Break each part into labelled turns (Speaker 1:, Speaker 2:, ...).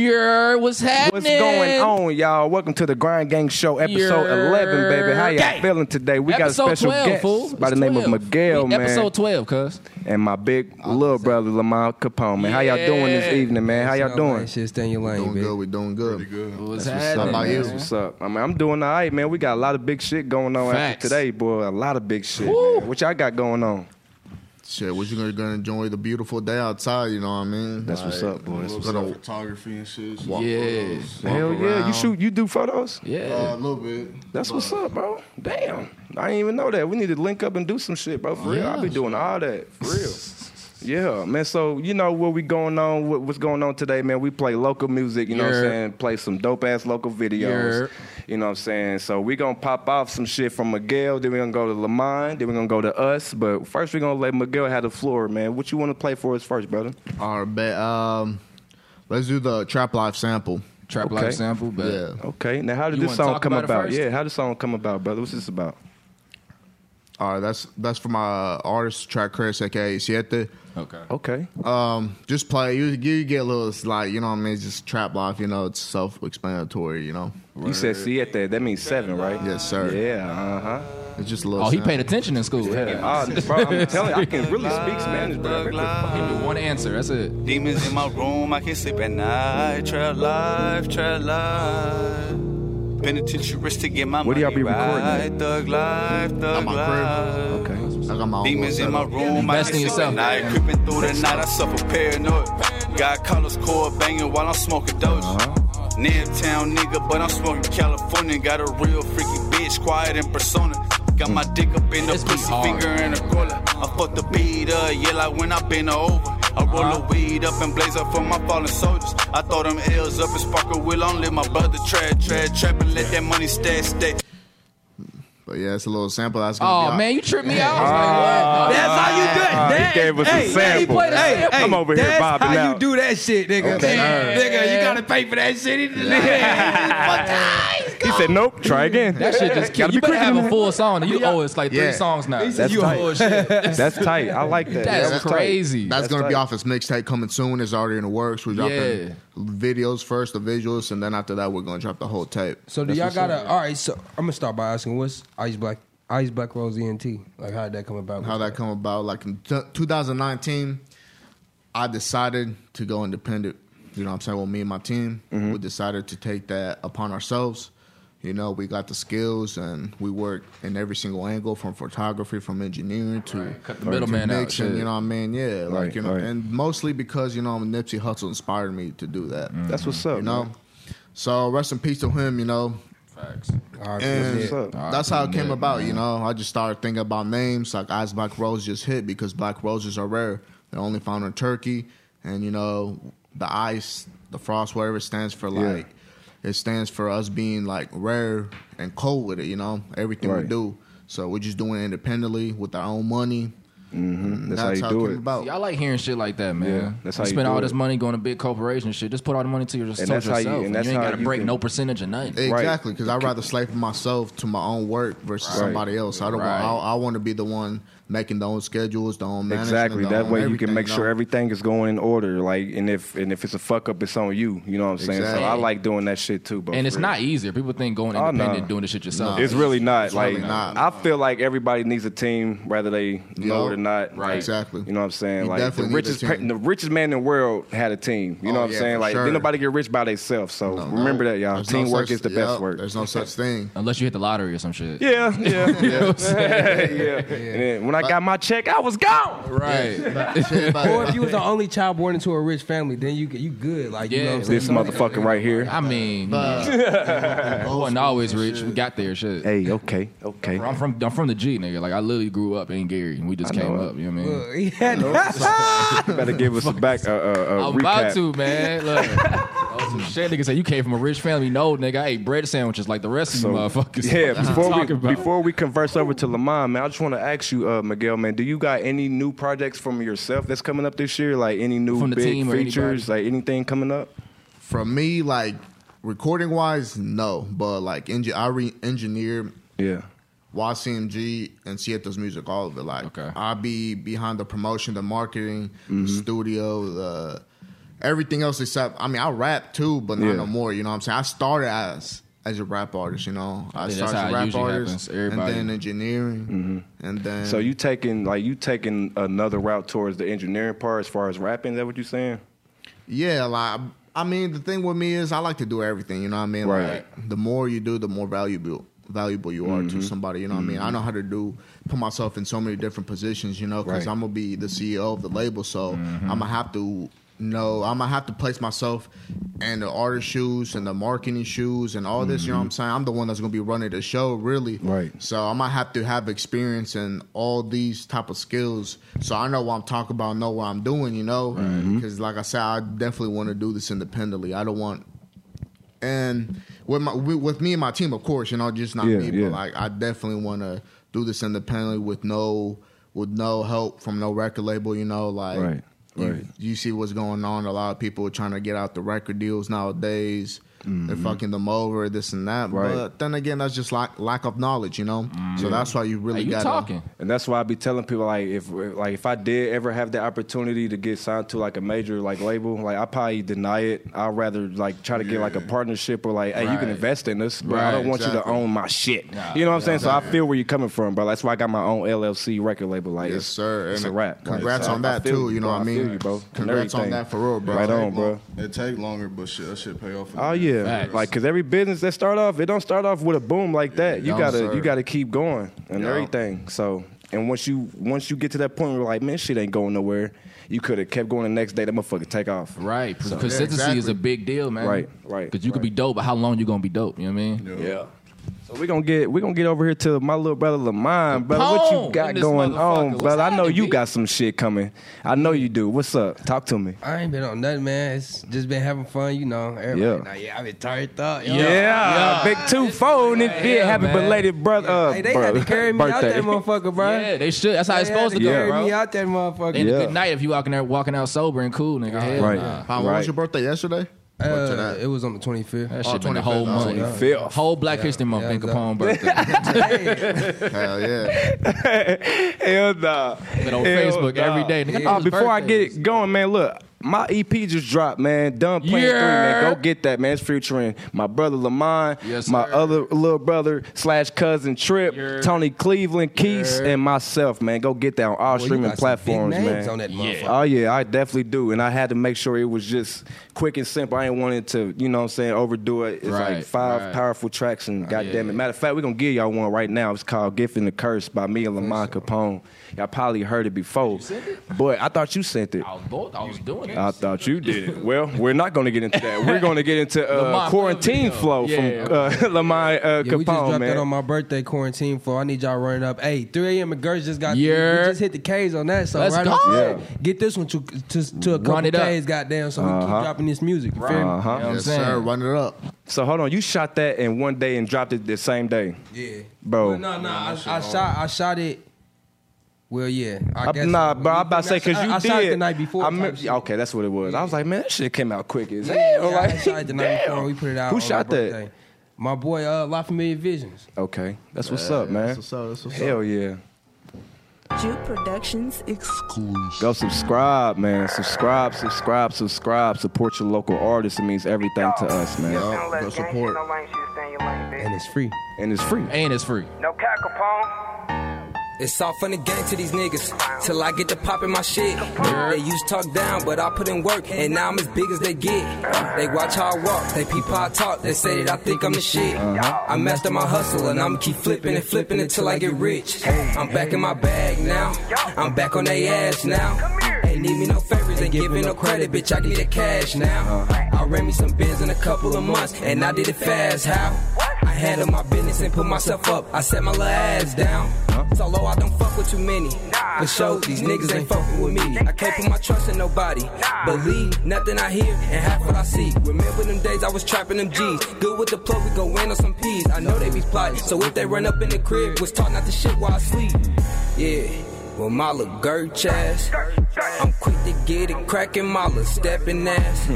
Speaker 1: Yer, what's happening?
Speaker 2: What's going on, y'all? Welcome to the Grind Gang Show, episode
Speaker 1: Yer-
Speaker 2: 11, baby. How y'all
Speaker 1: gang.
Speaker 2: feeling today? We got a
Speaker 1: Episode
Speaker 2: special
Speaker 1: 12,
Speaker 2: guest
Speaker 1: fool.
Speaker 2: by the
Speaker 1: It's
Speaker 2: name of
Speaker 1: 12.
Speaker 2: Miguel,
Speaker 1: We-
Speaker 2: man,
Speaker 1: Episode 12, cuz.
Speaker 2: and my big little brother Lamar Capone, man. How y'all doing this
Speaker 1: Yeah.
Speaker 2: evening, man? How y'all doing?
Speaker 3: Shit, stay in your lane,
Speaker 4: Doing good.
Speaker 3: bitch.
Speaker 4: We doing good.
Speaker 1: What's
Speaker 4: up.
Speaker 1: happening?
Speaker 4: How about you?
Speaker 1: man?
Speaker 2: What's up? I mean, I'm doing all right, man. We got a lot of big shit going on
Speaker 1: Facts.
Speaker 2: after today, boy. A lot of big shit.
Speaker 1: Woo.
Speaker 2: man. What y'all got going on?
Speaker 4: Shit, what you gonna, gonna enjoy the beautiful day outside? You know what I mean?
Speaker 2: That's what's up, boy. That's
Speaker 4: That's
Speaker 2: what's
Speaker 4: gonna
Speaker 5: photography and shit.
Speaker 4: walk
Speaker 1: Yeah.
Speaker 4: photos, walk
Speaker 2: Hell yeah, you
Speaker 4: around.
Speaker 2: shoot, you do photos.
Speaker 1: Yeah.
Speaker 5: Uh,
Speaker 4: Uh,
Speaker 5: a little bit.
Speaker 2: That's what's up, bro. Damn, I didn't even know that. We need to link up and do some shit, bro. For real, I be doing all that for real. Yeah, man. So you know what we going on? What, what's going on today, man? We play local music. You know what I'm
Speaker 1: Yeah.
Speaker 2: saying? Play some dope ass local videos. You know what I'm saying? So we gonna pop off some shit from Miguel. Then we gonna go to Lamont. Then we gonna go to us. But first we gonna let Miguel have the floor, man. What you want to play for us first, brother?
Speaker 4: All right, bet. Um, let's do the trap life sample.
Speaker 1: Trap
Speaker 2: okay.
Speaker 1: life sample, but
Speaker 4: Yeah.
Speaker 2: Okay. Now, how did
Speaker 1: You
Speaker 2: this
Speaker 1: wanna
Speaker 2: song
Speaker 1: talk
Speaker 2: come
Speaker 1: about it
Speaker 2: about?
Speaker 1: first?
Speaker 2: yeah. How did this song come about, brother? What's this about?
Speaker 4: All right, that's that's for my artist track Chris, aka Siete.
Speaker 1: okay.
Speaker 2: Okay.
Speaker 4: Um, just play. You you get a little like you know what I mean. It's just trap life. You know, it's self explanatory. You know.
Speaker 2: You said siete. That means seven, right?
Speaker 4: Yes, sir.
Speaker 2: Yeah. Uh huh.
Speaker 4: It's just a little.
Speaker 1: Oh, he
Speaker 4: sample.
Speaker 1: paid attention in school.
Speaker 2: Ah, bro, I'm telling you, I can really speak Spanish, bro.
Speaker 1: Give me one answer. That's it.
Speaker 5: Demons in my room, I can't sleep at night. Trap life, trap life. Penitentiaries to get my
Speaker 2: Where do y'all be
Speaker 5: money
Speaker 2: recording at?
Speaker 5: right. Thug life, thug
Speaker 4: my crib.
Speaker 5: life.
Speaker 2: Okay.
Speaker 4: I got my own
Speaker 5: Demons
Speaker 4: little
Speaker 5: in my
Speaker 4: setup.
Speaker 5: room, I
Speaker 1: Invest in
Speaker 5: can't sleep at
Speaker 1: yourself.
Speaker 5: night. Creeping through the night, I suffer paranoid. Got Carlos cord banging while I'm smoking dope.
Speaker 1: Uh-huh.
Speaker 5: Near town nigga, but I'm smoking California. Got a real freaky bitch, quiet and persona. Got my dick up in the
Speaker 1: This be
Speaker 5: pussy,
Speaker 1: hard.
Speaker 5: finger in the cola. I fuck the beat up, yeah, like when I been over. I roll
Speaker 1: Uh-huh.
Speaker 5: the weed up and blaze up for my fallen soldiers. I throw them L's up and sparkle will on let my brother trap, trap, trap and let that money stack, stack.
Speaker 4: But yeah, it's a little sample. That's gonna be
Speaker 1: Oh
Speaker 4: all-
Speaker 1: man, you tripped me out. I was like, what?
Speaker 3: That's how you do it.
Speaker 2: Ah, he
Speaker 3: That-
Speaker 2: gave us a
Speaker 3: hey,
Speaker 2: sample.
Speaker 3: He played a
Speaker 2: Hey,
Speaker 3: sample.
Speaker 2: hey, I'm over here
Speaker 3: That's
Speaker 2: bobbing
Speaker 3: how
Speaker 2: out.
Speaker 3: you do that shit, nigga.
Speaker 4: Okay.
Speaker 3: Man,
Speaker 1: Yeah.
Speaker 3: Nigga, you gotta pay for that shit. Nigga,
Speaker 2: He said, nope, try again.
Speaker 1: That shit just
Speaker 2: Gotta
Speaker 1: killed. You
Speaker 2: be
Speaker 1: better
Speaker 2: quicker
Speaker 1: have
Speaker 2: than
Speaker 1: a full song. You owe us like three
Speaker 4: Yeah.
Speaker 1: songs now. That's,
Speaker 2: That's
Speaker 3: you
Speaker 2: tight.
Speaker 3: whole shit.
Speaker 2: That's tight. I like that. That was tight.
Speaker 1: crazy.
Speaker 4: That's,
Speaker 2: That's
Speaker 4: gonna be
Speaker 2: tight.
Speaker 4: off his mixtape coming soon. It's already in the works. We're dropping
Speaker 1: Yeah.
Speaker 4: videos first, the visuals, and then after that, we're gonna drop the whole tape.
Speaker 3: So do y'all gotta? All right. So I'm gonna start by asking, what's Ice Black? Ice Black Rose ENT. Like, how did that come about?
Speaker 4: How that come about? Like in t- 2019, I decided to go independent. You know what I'm saying? Well, me and my team,
Speaker 1: Mm-hmm.
Speaker 4: we decided to take that upon ourselves. You know, we got the skills and we worked in every single angle from photography, from engineering to
Speaker 1: Cut the middleman out,
Speaker 4: mixing,
Speaker 1: shit.
Speaker 4: You know what I mean? Yeah. Like,
Speaker 2: Right,
Speaker 4: you know,
Speaker 2: right.
Speaker 4: and mostly because, you know, Nipsey Hussle inspired me to do that.
Speaker 1: Mm.
Speaker 2: That's what's up.
Speaker 4: You know?
Speaker 2: man.
Speaker 4: So rest in peace to him, you know.
Speaker 1: Facts.
Speaker 3: All right,
Speaker 4: And
Speaker 2: That's what's up.
Speaker 4: that's how it came
Speaker 1: Nick,
Speaker 4: about, you know. I just started thinking about names like Eyes Black Rose just hit because black roses are rare. They're only found in Turkey. And you know, the ice, the frost, whatever it stands for,
Speaker 2: Yeah.
Speaker 4: like it stands for us being like rare and cold with it, you know, everything
Speaker 2: Right.
Speaker 4: we do. So we're just doing it independently with our own money.
Speaker 2: That's,
Speaker 4: That's,
Speaker 2: how you
Speaker 4: how,
Speaker 2: do
Speaker 4: it came
Speaker 2: it.
Speaker 4: about.
Speaker 1: I like hearing shit like that, man.
Speaker 2: Yeah, that's how you
Speaker 1: spend
Speaker 2: do
Speaker 1: all
Speaker 2: it.
Speaker 1: this money going to big corporations, and shit. Just put all the money to your, towards
Speaker 2: that's how
Speaker 1: yourself.
Speaker 2: you- and that's
Speaker 1: ain't
Speaker 2: how
Speaker 1: gotta
Speaker 2: you
Speaker 1: break
Speaker 2: can-
Speaker 1: no percentage of nothing.
Speaker 4: Exactly, because I'd rather slave myself to my own work versus
Speaker 2: Right.
Speaker 4: somebody else. I don't.
Speaker 1: Right.
Speaker 4: Want, I, I want to be the one making the own schedules, the own management.
Speaker 2: Exactly.
Speaker 4: the
Speaker 2: That
Speaker 4: own
Speaker 2: way you can
Speaker 4: everything,
Speaker 2: make sure
Speaker 4: know?
Speaker 2: everything is going in order. Like, and if and if it's a fuck up, it's on you. You know what I'm saying?
Speaker 4: Exactly.
Speaker 2: So I like doing that shit too, bro.
Speaker 1: and
Speaker 2: for
Speaker 1: it's
Speaker 2: real.
Speaker 1: not easier. People think going
Speaker 2: Oh,
Speaker 1: independent,
Speaker 2: nah.
Speaker 1: doing this shit yourself.
Speaker 4: Nah.
Speaker 2: It's really not.
Speaker 4: It's
Speaker 2: like
Speaker 4: really not.
Speaker 2: I feel like everybody needs a team, whether they know it or not.
Speaker 4: Right.
Speaker 2: Like,
Speaker 4: Exactly.
Speaker 2: You know what I'm saying?
Speaker 4: You
Speaker 2: like the
Speaker 4: definitely need a
Speaker 2: richest, pe-
Speaker 4: team.
Speaker 2: the richest man in the world had a team. You know
Speaker 4: Oh,
Speaker 2: what I'm
Speaker 4: yeah,
Speaker 2: saying?
Speaker 4: for
Speaker 2: Like
Speaker 4: sure.
Speaker 2: didn't nobody get rich by themselves. So
Speaker 4: No, no.
Speaker 2: remember that, y'all.
Speaker 4: There's no
Speaker 2: Teamwork
Speaker 4: such-
Speaker 2: is the best
Speaker 4: yup,
Speaker 2: work.
Speaker 4: There's no such thing.
Speaker 1: Unless you hit the lottery or some shit.
Speaker 2: Yeah, yeah,
Speaker 1: You know what I'm saying?
Speaker 2: yeah. And then when I got my check, I was gone.
Speaker 1: Right.
Speaker 3: Or if you was the only child born into a rich family, then you you good. Like, you
Speaker 1: Yeah.
Speaker 3: know what I'm
Speaker 2: This
Speaker 3: saying?
Speaker 2: motherfucker right here.
Speaker 1: I mean, you know, wasn't always rich. We got there, shit.
Speaker 2: Hey, okay, okay.
Speaker 1: I'm from I'm from the G, nigga. Like I literally grew up in Gary, and we just
Speaker 2: I know
Speaker 1: came
Speaker 2: it.
Speaker 1: up. You know what I mean?
Speaker 3: Look, he had
Speaker 2: You better give us a back a, a, a
Speaker 1: I'm
Speaker 2: recap.
Speaker 1: about to, man. Look. Oh, some shit, nigga. Say you came from a rich family. No, nigga, I ate bread sandwiches like the rest of you motherfuckers.
Speaker 2: Yeah,
Speaker 1: What you
Speaker 2: before we
Speaker 1: talking about?
Speaker 2: before we converse over to Lamont, man, I just want to ask you, uh, Miguel, man, do you got any new projects from yourself that's coming up this year? Like any new
Speaker 1: From the
Speaker 2: big
Speaker 1: team or
Speaker 2: features, like anything coming up?
Speaker 4: From me, like recording wise, no, but like engi- I re- engineer
Speaker 2: Yeah.
Speaker 4: YCMG and Sietos Music, all of it. Like
Speaker 1: Okay. Mm-hmm.
Speaker 4: I be behind the promotion, the marketing, the studio, the everything else except I mean I rap too, but not
Speaker 2: Yeah.
Speaker 4: no more. You know what I'm saying? I started as as a rap artist. You know, I,
Speaker 1: think that's
Speaker 4: started as
Speaker 1: how it
Speaker 4: a rap
Speaker 1: usually
Speaker 4: artist,
Speaker 1: happens. Everybody- Mm-hmm.
Speaker 4: and then engineering, and then
Speaker 2: So you taking like you taking another route towards the engineering part as far as rapping? Is that what you saying?
Speaker 4: Yeah, like I mean, the thing with me is I like to do everything. You know what I mean?
Speaker 2: Right.
Speaker 4: Like, the more you do, the more valuable valuable you are
Speaker 2: Mm-hmm.
Speaker 4: to somebody. You know what I mean? I know how to do put myself in so many different positions. You know, because
Speaker 2: Right. Mm-hmm.
Speaker 4: I'm gonna be the CEO of the label, so I'm gonna have to. know I'm gonna have to place myself in the artist shoes and the marketing shoes and all this. You know what I'm saying? I'm the one that's gonna be running the show, really.
Speaker 2: Mm-hmm. Right.
Speaker 4: So I might have to have experience in all these type of skills, so I know what I'm talking about, know what I'm doing, you know.
Speaker 2: Mm-hmm.
Speaker 4: Because like I said, I definitely want to do this independently. I don't want, and with my with, with me and my team, of course, you know, just not
Speaker 2: Yeah,
Speaker 4: me,
Speaker 2: yeah.
Speaker 4: but like I definitely want to do this independently with no with no help from no record label, you know, like.
Speaker 2: Right,
Speaker 4: You,
Speaker 2: right.
Speaker 4: you see what's going on. A lot of people are trying to get out the record deals nowadays. They're fucking them over, this and that.
Speaker 2: Mm-hmm. Right. Mm-hmm.
Speaker 4: But then again, that's just lack lack of knowledge, you know. So that's why you really
Speaker 1: Hey, you
Speaker 4: got
Speaker 1: talking?
Speaker 2: And that's why I be telling people like if like if I did ever have the opportunity to get signed to like a major like label, like I probably deny it. I'd rather like try to get like a partnership or like, hey, you
Speaker 1: Right.
Speaker 2: can invest in this, but I don't
Speaker 1: Right,
Speaker 2: want you to
Speaker 4: exactly.
Speaker 2: own my shit.
Speaker 1: Nah,
Speaker 2: you know what I'm saying? So I feel where you're coming from, bro. That's why I got my own LLC record label. Like,
Speaker 4: Yes,
Speaker 2: it's,
Speaker 4: sir.
Speaker 2: It's
Speaker 4: And
Speaker 2: a wrap.
Speaker 4: congrats
Speaker 2: So
Speaker 4: on
Speaker 2: I
Speaker 4: that,
Speaker 2: feel
Speaker 4: too, you know
Speaker 2: bro.
Speaker 4: what I mean?
Speaker 2: feel you, bro. And
Speaker 4: Congrats on
Speaker 2: everything.
Speaker 4: that for real, bro.
Speaker 2: Right
Speaker 4: Take
Speaker 2: on, bro.
Speaker 6: It take longer, but shit, that shit pay off. in
Speaker 2: Oh
Speaker 6: the end.
Speaker 2: yeah,
Speaker 1: Facts.
Speaker 2: like because every business that start off, it don't start off with a boom like that. You
Speaker 4: No,
Speaker 2: gotta
Speaker 4: sir.
Speaker 2: you gotta keep going and
Speaker 4: Yeah.
Speaker 2: everything. So and once you once you get to that point where like man, shit ain't going nowhere. You could have kept going the next day. That motherfucker take off.
Speaker 1: Right. Consistency is
Speaker 4: exactly.
Speaker 1: a big deal, man.
Speaker 2: Right, right,
Speaker 1: Because you could be dope, but how long you gonna be dope? You know what I mean?
Speaker 2: Yeah. So we gonna get we gonna get over here to my little brother Lamont, brother. what you
Speaker 1: Capone
Speaker 2: got
Speaker 1: in this
Speaker 2: going
Speaker 1: motherfucker.
Speaker 2: on,
Speaker 1: What's
Speaker 2: brother? I know
Speaker 1: happening,
Speaker 2: you
Speaker 1: B?
Speaker 2: got some shit coming. I know you do. What's up? Talk to me.
Speaker 7: I ain't been on nothing, man. It's just been having fun, you know. Everybody,
Speaker 2: Yeah.
Speaker 7: yeah. Like, yeah, I've been turned up. yo.
Speaker 2: Yeah, big two phone. It did
Speaker 1: Yeah,
Speaker 2: happy
Speaker 1: man.
Speaker 2: belated brother. Uh,
Speaker 7: Hey, they
Speaker 2: brother,
Speaker 7: had to carry me out
Speaker 2: birthday.
Speaker 7: that motherfucker, bro.
Speaker 1: Yeah, they should. That's how it's
Speaker 7: They
Speaker 1: supposed
Speaker 7: had
Speaker 1: to
Speaker 7: to
Speaker 1: go,
Speaker 7: carry
Speaker 1: bro.
Speaker 7: me out that
Speaker 1: And
Speaker 7: motherfucker.
Speaker 2: Yeah.
Speaker 1: a good night if you walking there walking out sober and cool, nigga. Hell
Speaker 2: Right.
Speaker 1: nah.
Speaker 4: How
Speaker 2: Right.
Speaker 4: was your birthday yesterday? Or
Speaker 7: Uh,
Speaker 4: today?
Speaker 7: it was on the 25th.
Speaker 1: That shit been a
Speaker 4: 25th,
Speaker 1: whole
Speaker 4: oh,
Speaker 1: month.
Speaker 2: yeah. Yeah.
Speaker 1: Whole Black History Month
Speaker 7: yeah,
Speaker 1: in
Speaker 7: exactly.
Speaker 1: Capone birthday.
Speaker 4: Hell yeah!
Speaker 2: Hell nah.
Speaker 1: Been on
Speaker 2: Hell
Speaker 1: Facebook
Speaker 2: nah.
Speaker 1: every day. Nigga, I know
Speaker 2: Oh,
Speaker 1: his
Speaker 2: before I get
Speaker 1: birthdays.
Speaker 2: it going, man, look. My EP just dropped, man. Done playing three, man.
Speaker 1: Yeah.
Speaker 2: Go get that, man. It's featuring my brother Lamont,
Speaker 1: Yes,
Speaker 2: my
Speaker 1: sir.
Speaker 2: other little brother slash cousin Trip,
Speaker 1: Yeah.
Speaker 2: Tony Cleveland, Keiths, and myself, man. Go get that on all
Speaker 7: Boy, you
Speaker 2: streaming
Speaker 7: got some big
Speaker 2: platforms,
Speaker 7: names
Speaker 2: man.
Speaker 7: on that motherfucker.
Speaker 2: Oh yeah, I definitely do. And I had to make sure it was just quick and simple. I ain't wanted to, you know what I'm saying, overdo it. It's like
Speaker 1: Right,
Speaker 2: five
Speaker 1: right. Oh,
Speaker 2: powerful tracks and goddamn
Speaker 1: yeah.
Speaker 2: it. Matter of fact, we're gonna give y'all one right now. It's called Gift and the Curse by me and Lamont
Speaker 1: oh.
Speaker 2: Capone. Y'all probably heard it before. But I thought you sent it.
Speaker 1: I was both. I was doing it.
Speaker 2: I thought you did. it. Well, we're not going to get into that. We're going to get into uh,
Speaker 1: Lamont
Speaker 2: quarantine flow
Speaker 1: Flow video.
Speaker 2: from uh, Lamont uh,
Speaker 7: Yeah, we just
Speaker 2: Capone,
Speaker 7: dropped
Speaker 2: man.
Speaker 7: that on my birthday quarantine floor. I need y'all running up. Hey, 3 a.m. McGurge just got
Speaker 1: Yeah.
Speaker 7: we just hit the K's on that. So
Speaker 1: Let's
Speaker 7: right
Speaker 1: go.
Speaker 7: off,
Speaker 2: Yeah.
Speaker 7: get this one to to, to a
Speaker 1: Run
Speaker 7: couple
Speaker 1: it up.
Speaker 7: K's, goddamn. So we keep dropping this music. You feel me?
Speaker 1: You
Speaker 2: Uh-huh.
Speaker 1: know what I'm
Speaker 4: yes,
Speaker 1: saying?
Speaker 4: sir. Run it up.
Speaker 2: So hold on, you shot that in one day and dropped it the same day.
Speaker 7: Yeah.
Speaker 2: Bro.
Speaker 7: Well, no, no, I, I shot I shot it. Well, yeah. I
Speaker 2: I,
Speaker 7: guess
Speaker 2: Uh, nah, bro, I'm about to say
Speaker 7: I-
Speaker 2: because you
Speaker 7: I,
Speaker 2: did.
Speaker 7: shot it the night before.
Speaker 2: I
Speaker 7: type
Speaker 2: remember-
Speaker 7: shit.
Speaker 2: okay, that's what it was. I was like, man, that shit came out quick as hell.
Speaker 7: Yeah, I
Speaker 2: like,
Speaker 7: shot it the night before.
Speaker 2: damn.
Speaker 7: We put it out.
Speaker 2: Who
Speaker 7: on
Speaker 2: shot
Speaker 7: my
Speaker 2: that?
Speaker 7: birthday. My boy, uh, La Familia Visions.
Speaker 2: Okay, that's what's up,
Speaker 4: Yeah,
Speaker 2: man.
Speaker 4: that's what's up, that's what's
Speaker 2: hell
Speaker 4: up.
Speaker 2: yeah.
Speaker 8: Juke Productions exclusive.
Speaker 2: Go subscribe, man. Subscribe, subscribe, subscribe. Support your local artists. It means everything to us, man.
Speaker 3: Oh,
Speaker 4: Yup, Go support.
Speaker 9: No lame shit, stay in your lane, bitch.
Speaker 7: And it's free.
Speaker 2: And it's free.
Speaker 1: And it's free.
Speaker 9: No Cal Capone.
Speaker 3: It's all fun and game to these niggas. Till I get to popping my shit. They used to talk down, but I put in work, and now I'm as big as they get. They watch how I walk, they peep how I talk, they say that I think I'm the shit.
Speaker 7: Uh-huh.
Speaker 3: I master my hustle, and I'ma keep flipping and flipping until I get rich. I'm back in my bag now, I'm back on they ass now. Ain't need me no favors, ain't giving no credit, bitch. I get the cash now. I ran me some bins in a couple of months, and I did it fast. How? I handle my business and put myself up. I set my little ass down. So low, I don't fuck with too many. For sure, these niggas ain't fucking with me. I can't put my trust in nobody. Believe nothing I hear and half what I see. Remember them days I was trapping them G's. Good with the plug, we go in on some P's. I know they be plotting. So if they run up in the crib, was taught not to shit while I sleep. Yeah. With my little girch ass, I'm quick to get it cracking, my little stepping ass.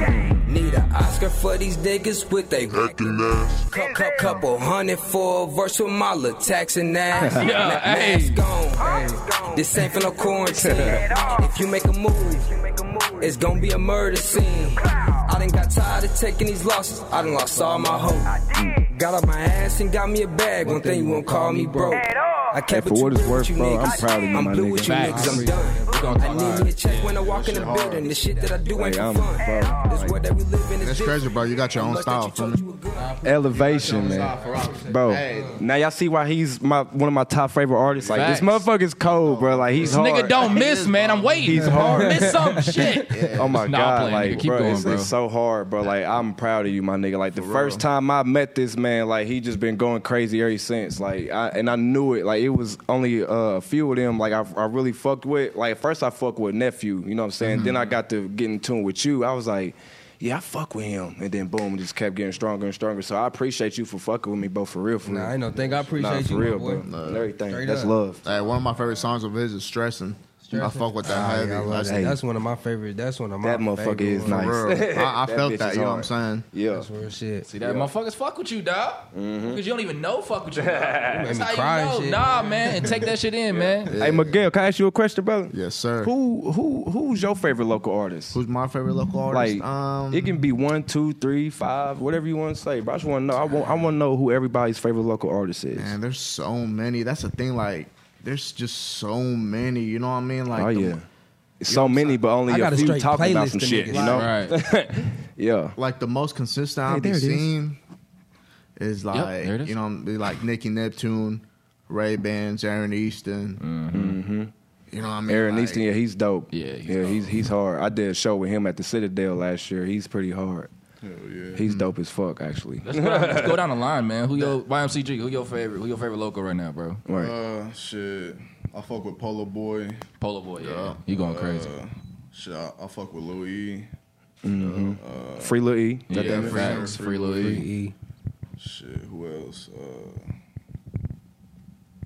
Speaker 3: Need an Oscar for these niggas with they cracking ass. couple hundred for a verse with my little taxing ass.
Speaker 1: Yeah,
Speaker 3: Ma-
Speaker 1: hey.
Speaker 3: Mask on, this ain't for no quarantine. If you make a move,
Speaker 8: It's gonna be a murder scene. I done got tired of taking these losses. I done lost all my hope. Got off my ass and got me a bag. One thing you won't call me broke. I
Speaker 2: Hey,
Speaker 8: kept
Speaker 2: for what
Speaker 8: it
Speaker 2: it's
Speaker 8: true
Speaker 2: worth,
Speaker 8: with you
Speaker 2: bro,
Speaker 8: niggas.
Speaker 2: I'm proud of you,
Speaker 8: I'm
Speaker 2: my
Speaker 8: blue
Speaker 2: nigga.
Speaker 8: with you
Speaker 1: Facts.
Speaker 8: niggas. I'm done. I need me a check when I walk in the
Speaker 6: hard.
Speaker 8: building. The shit that I do ain't
Speaker 2: Hey, I'm
Speaker 8: for fun.
Speaker 2: proud.
Speaker 8: This world that we live in is
Speaker 4: That's
Speaker 8: different.
Speaker 4: crazy, bro. You got your own
Speaker 8: Much that
Speaker 4: style,
Speaker 8: you
Speaker 4: feel
Speaker 8: told
Speaker 4: me?
Speaker 8: you were good.
Speaker 2: Elevation, man. Bro, now y'all see why he's my one of my top favorite artists. Like this
Speaker 1: Facts.
Speaker 2: motherfucker's cold, bro. Like he's
Speaker 1: This
Speaker 2: hard.
Speaker 1: nigga don't miss, man. I'm waiting.
Speaker 2: He's hard.
Speaker 1: Miss some shit.
Speaker 2: Oh
Speaker 1: Nah,
Speaker 2: my
Speaker 1: I'm
Speaker 2: god,
Speaker 1: playing,
Speaker 2: like
Speaker 1: nigga. Keep
Speaker 2: bro,
Speaker 1: going,
Speaker 2: it's,
Speaker 1: bro.
Speaker 2: it's so hard, bro. Like I'm proud of you, my nigga. Like the first time I met this man, like he just been going crazy ever since. Like I and I knew it. Like it was only uh, a few of them. Like I, I really fucked with. Like first I fucked with nephew. You know what I'm saying?
Speaker 1: Mm-hmm.
Speaker 2: Then I got to get in tune with you. I was like. Yeah, I fuck with him, and then boom, it just kept getting stronger and stronger. So I appreciate you for fucking with me, bro, for real, for real.
Speaker 3: Nah, I know. Thank I appreciate
Speaker 2: Nah, for
Speaker 3: you, my
Speaker 2: real,
Speaker 3: boy.
Speaker 2: bro. And everything.
Speaker 3: Straight
Speaker 2: That's
Speaker 3: up.
Speaker 2: love.
Speaker 4: Hey, one of my favorite songs of his is "Stressing." I fuck with that
Speaker 3: Ah, yeah,
Speaker 4: heavy.
Speaker 3: I love
Speaker 4: Like,
Speaker 3: that. That's one of my favorites. That's one of my
Speaker 2: That motherfucker
Speaker 3: favorite
Speaker 2: is
Speaker 3: ones.
Speaker 2: nice.
Speaker 4: for real. I, I
Speaker 2: That bitch
Speaker 4: felt
Speaker 2: is
Speaker 4: that. You know what I'm
Speaker 2: hard.
Speaker 4: saying?
Speaker 2: Yeah.
Speaker 3: That's real shit.
Speaker 1: See that motherfuckers fuck with you, dog. Because you don't even know fuck with you. Dog. That's
Speaker 3: me
Speaker 1: how
Speaker 3: cry
Speaker 1: you
Speaker 3: and
Speaker 1: know,
Speaker 3: shit.
Speaker 1: nah, man. And take that shit in, man.
Speaker 2: Hey, Miguel, can I ask you a question, brother?
Speaker 4: Yes, sir.
Speaker 2: Who who who's your favorite local artist?
Speaker 4: Who's my favorite local artist?
Speaker 2: Like
Speaker 4: um,
Speaker 2: it can be one, two, three, five, whatever you want to say. But I just want to know. I want I want to know who everybody's favorite local artist is.
Speaker 4: Man, there's so many. That's the thing. Like, there's just so many. You know what I mean? Like,
Speaker 2: oh
Speaker 4: the-
Speaker 2: yeah, It's so many, but only
Speaker 3: I
Speaker 2: a
Speaker 3: got a
Speaker 2: few
Speaker 3: straight
Speaker 2: talking about
Speaker 3: playlist
Speaker 2: some
Speaker 3: of
Speaker 2: shit. You
Speaker 3: niggas.
Speaker 2: know?
Speaker 1: Right.
Speaker 2: Yeah.
Speaker 4: like the most consistent
Speaker 2: Hey,
Speaker 4: I've
Speaker 2: there
Speaker 4: been
Speaker 2: it is.
Speaker 4: seeing is like
Speaker 1: there it is.
Speaker 4: you know like Nicki Neptune, Ray Bans, Aaron Easton. You know what I mean?
Speaker 2: Mm-hmm. Aaron
Speaker 4: Like,
Speaker 2: Easton, yeah, he's dope.
Speaker 1: Yeah, he's
Speaker 2: yeah,
Speaker 1: dope.
Speaker 2: he's he's hard. I did a show with him at the Citadel last year. He's pretty hard.
Speaker 6: Hell yeah.
Speaker 2: He's dope as fuck, actually.
Speaker 1: Let's go, down, let's go down the line, man. Who your YMCG? Who your favorite? Who your favorite local right now, bro?
Speaker 2: Right.
Speaker 6: Uh, shit. I fuck with Polo Boy.
Speaker 1: Polo boy, yeah.
Speaker 6: Yeah.
Speaker 1: You going crazy?
Speaker 6: Uh, shit, I, I fuck with E. Louis.
Speaker 2: Free Lil E.
Speaker 1: yeah,
Speaker 6: that nigga
Speaker 1: facts.
Speaker 6: Free
Speaker 1: Free Lil
Speaker 6: Lil
Speaker 1: E.
Speaker 3: E.
Speaker 6: Shit, who else? Uh,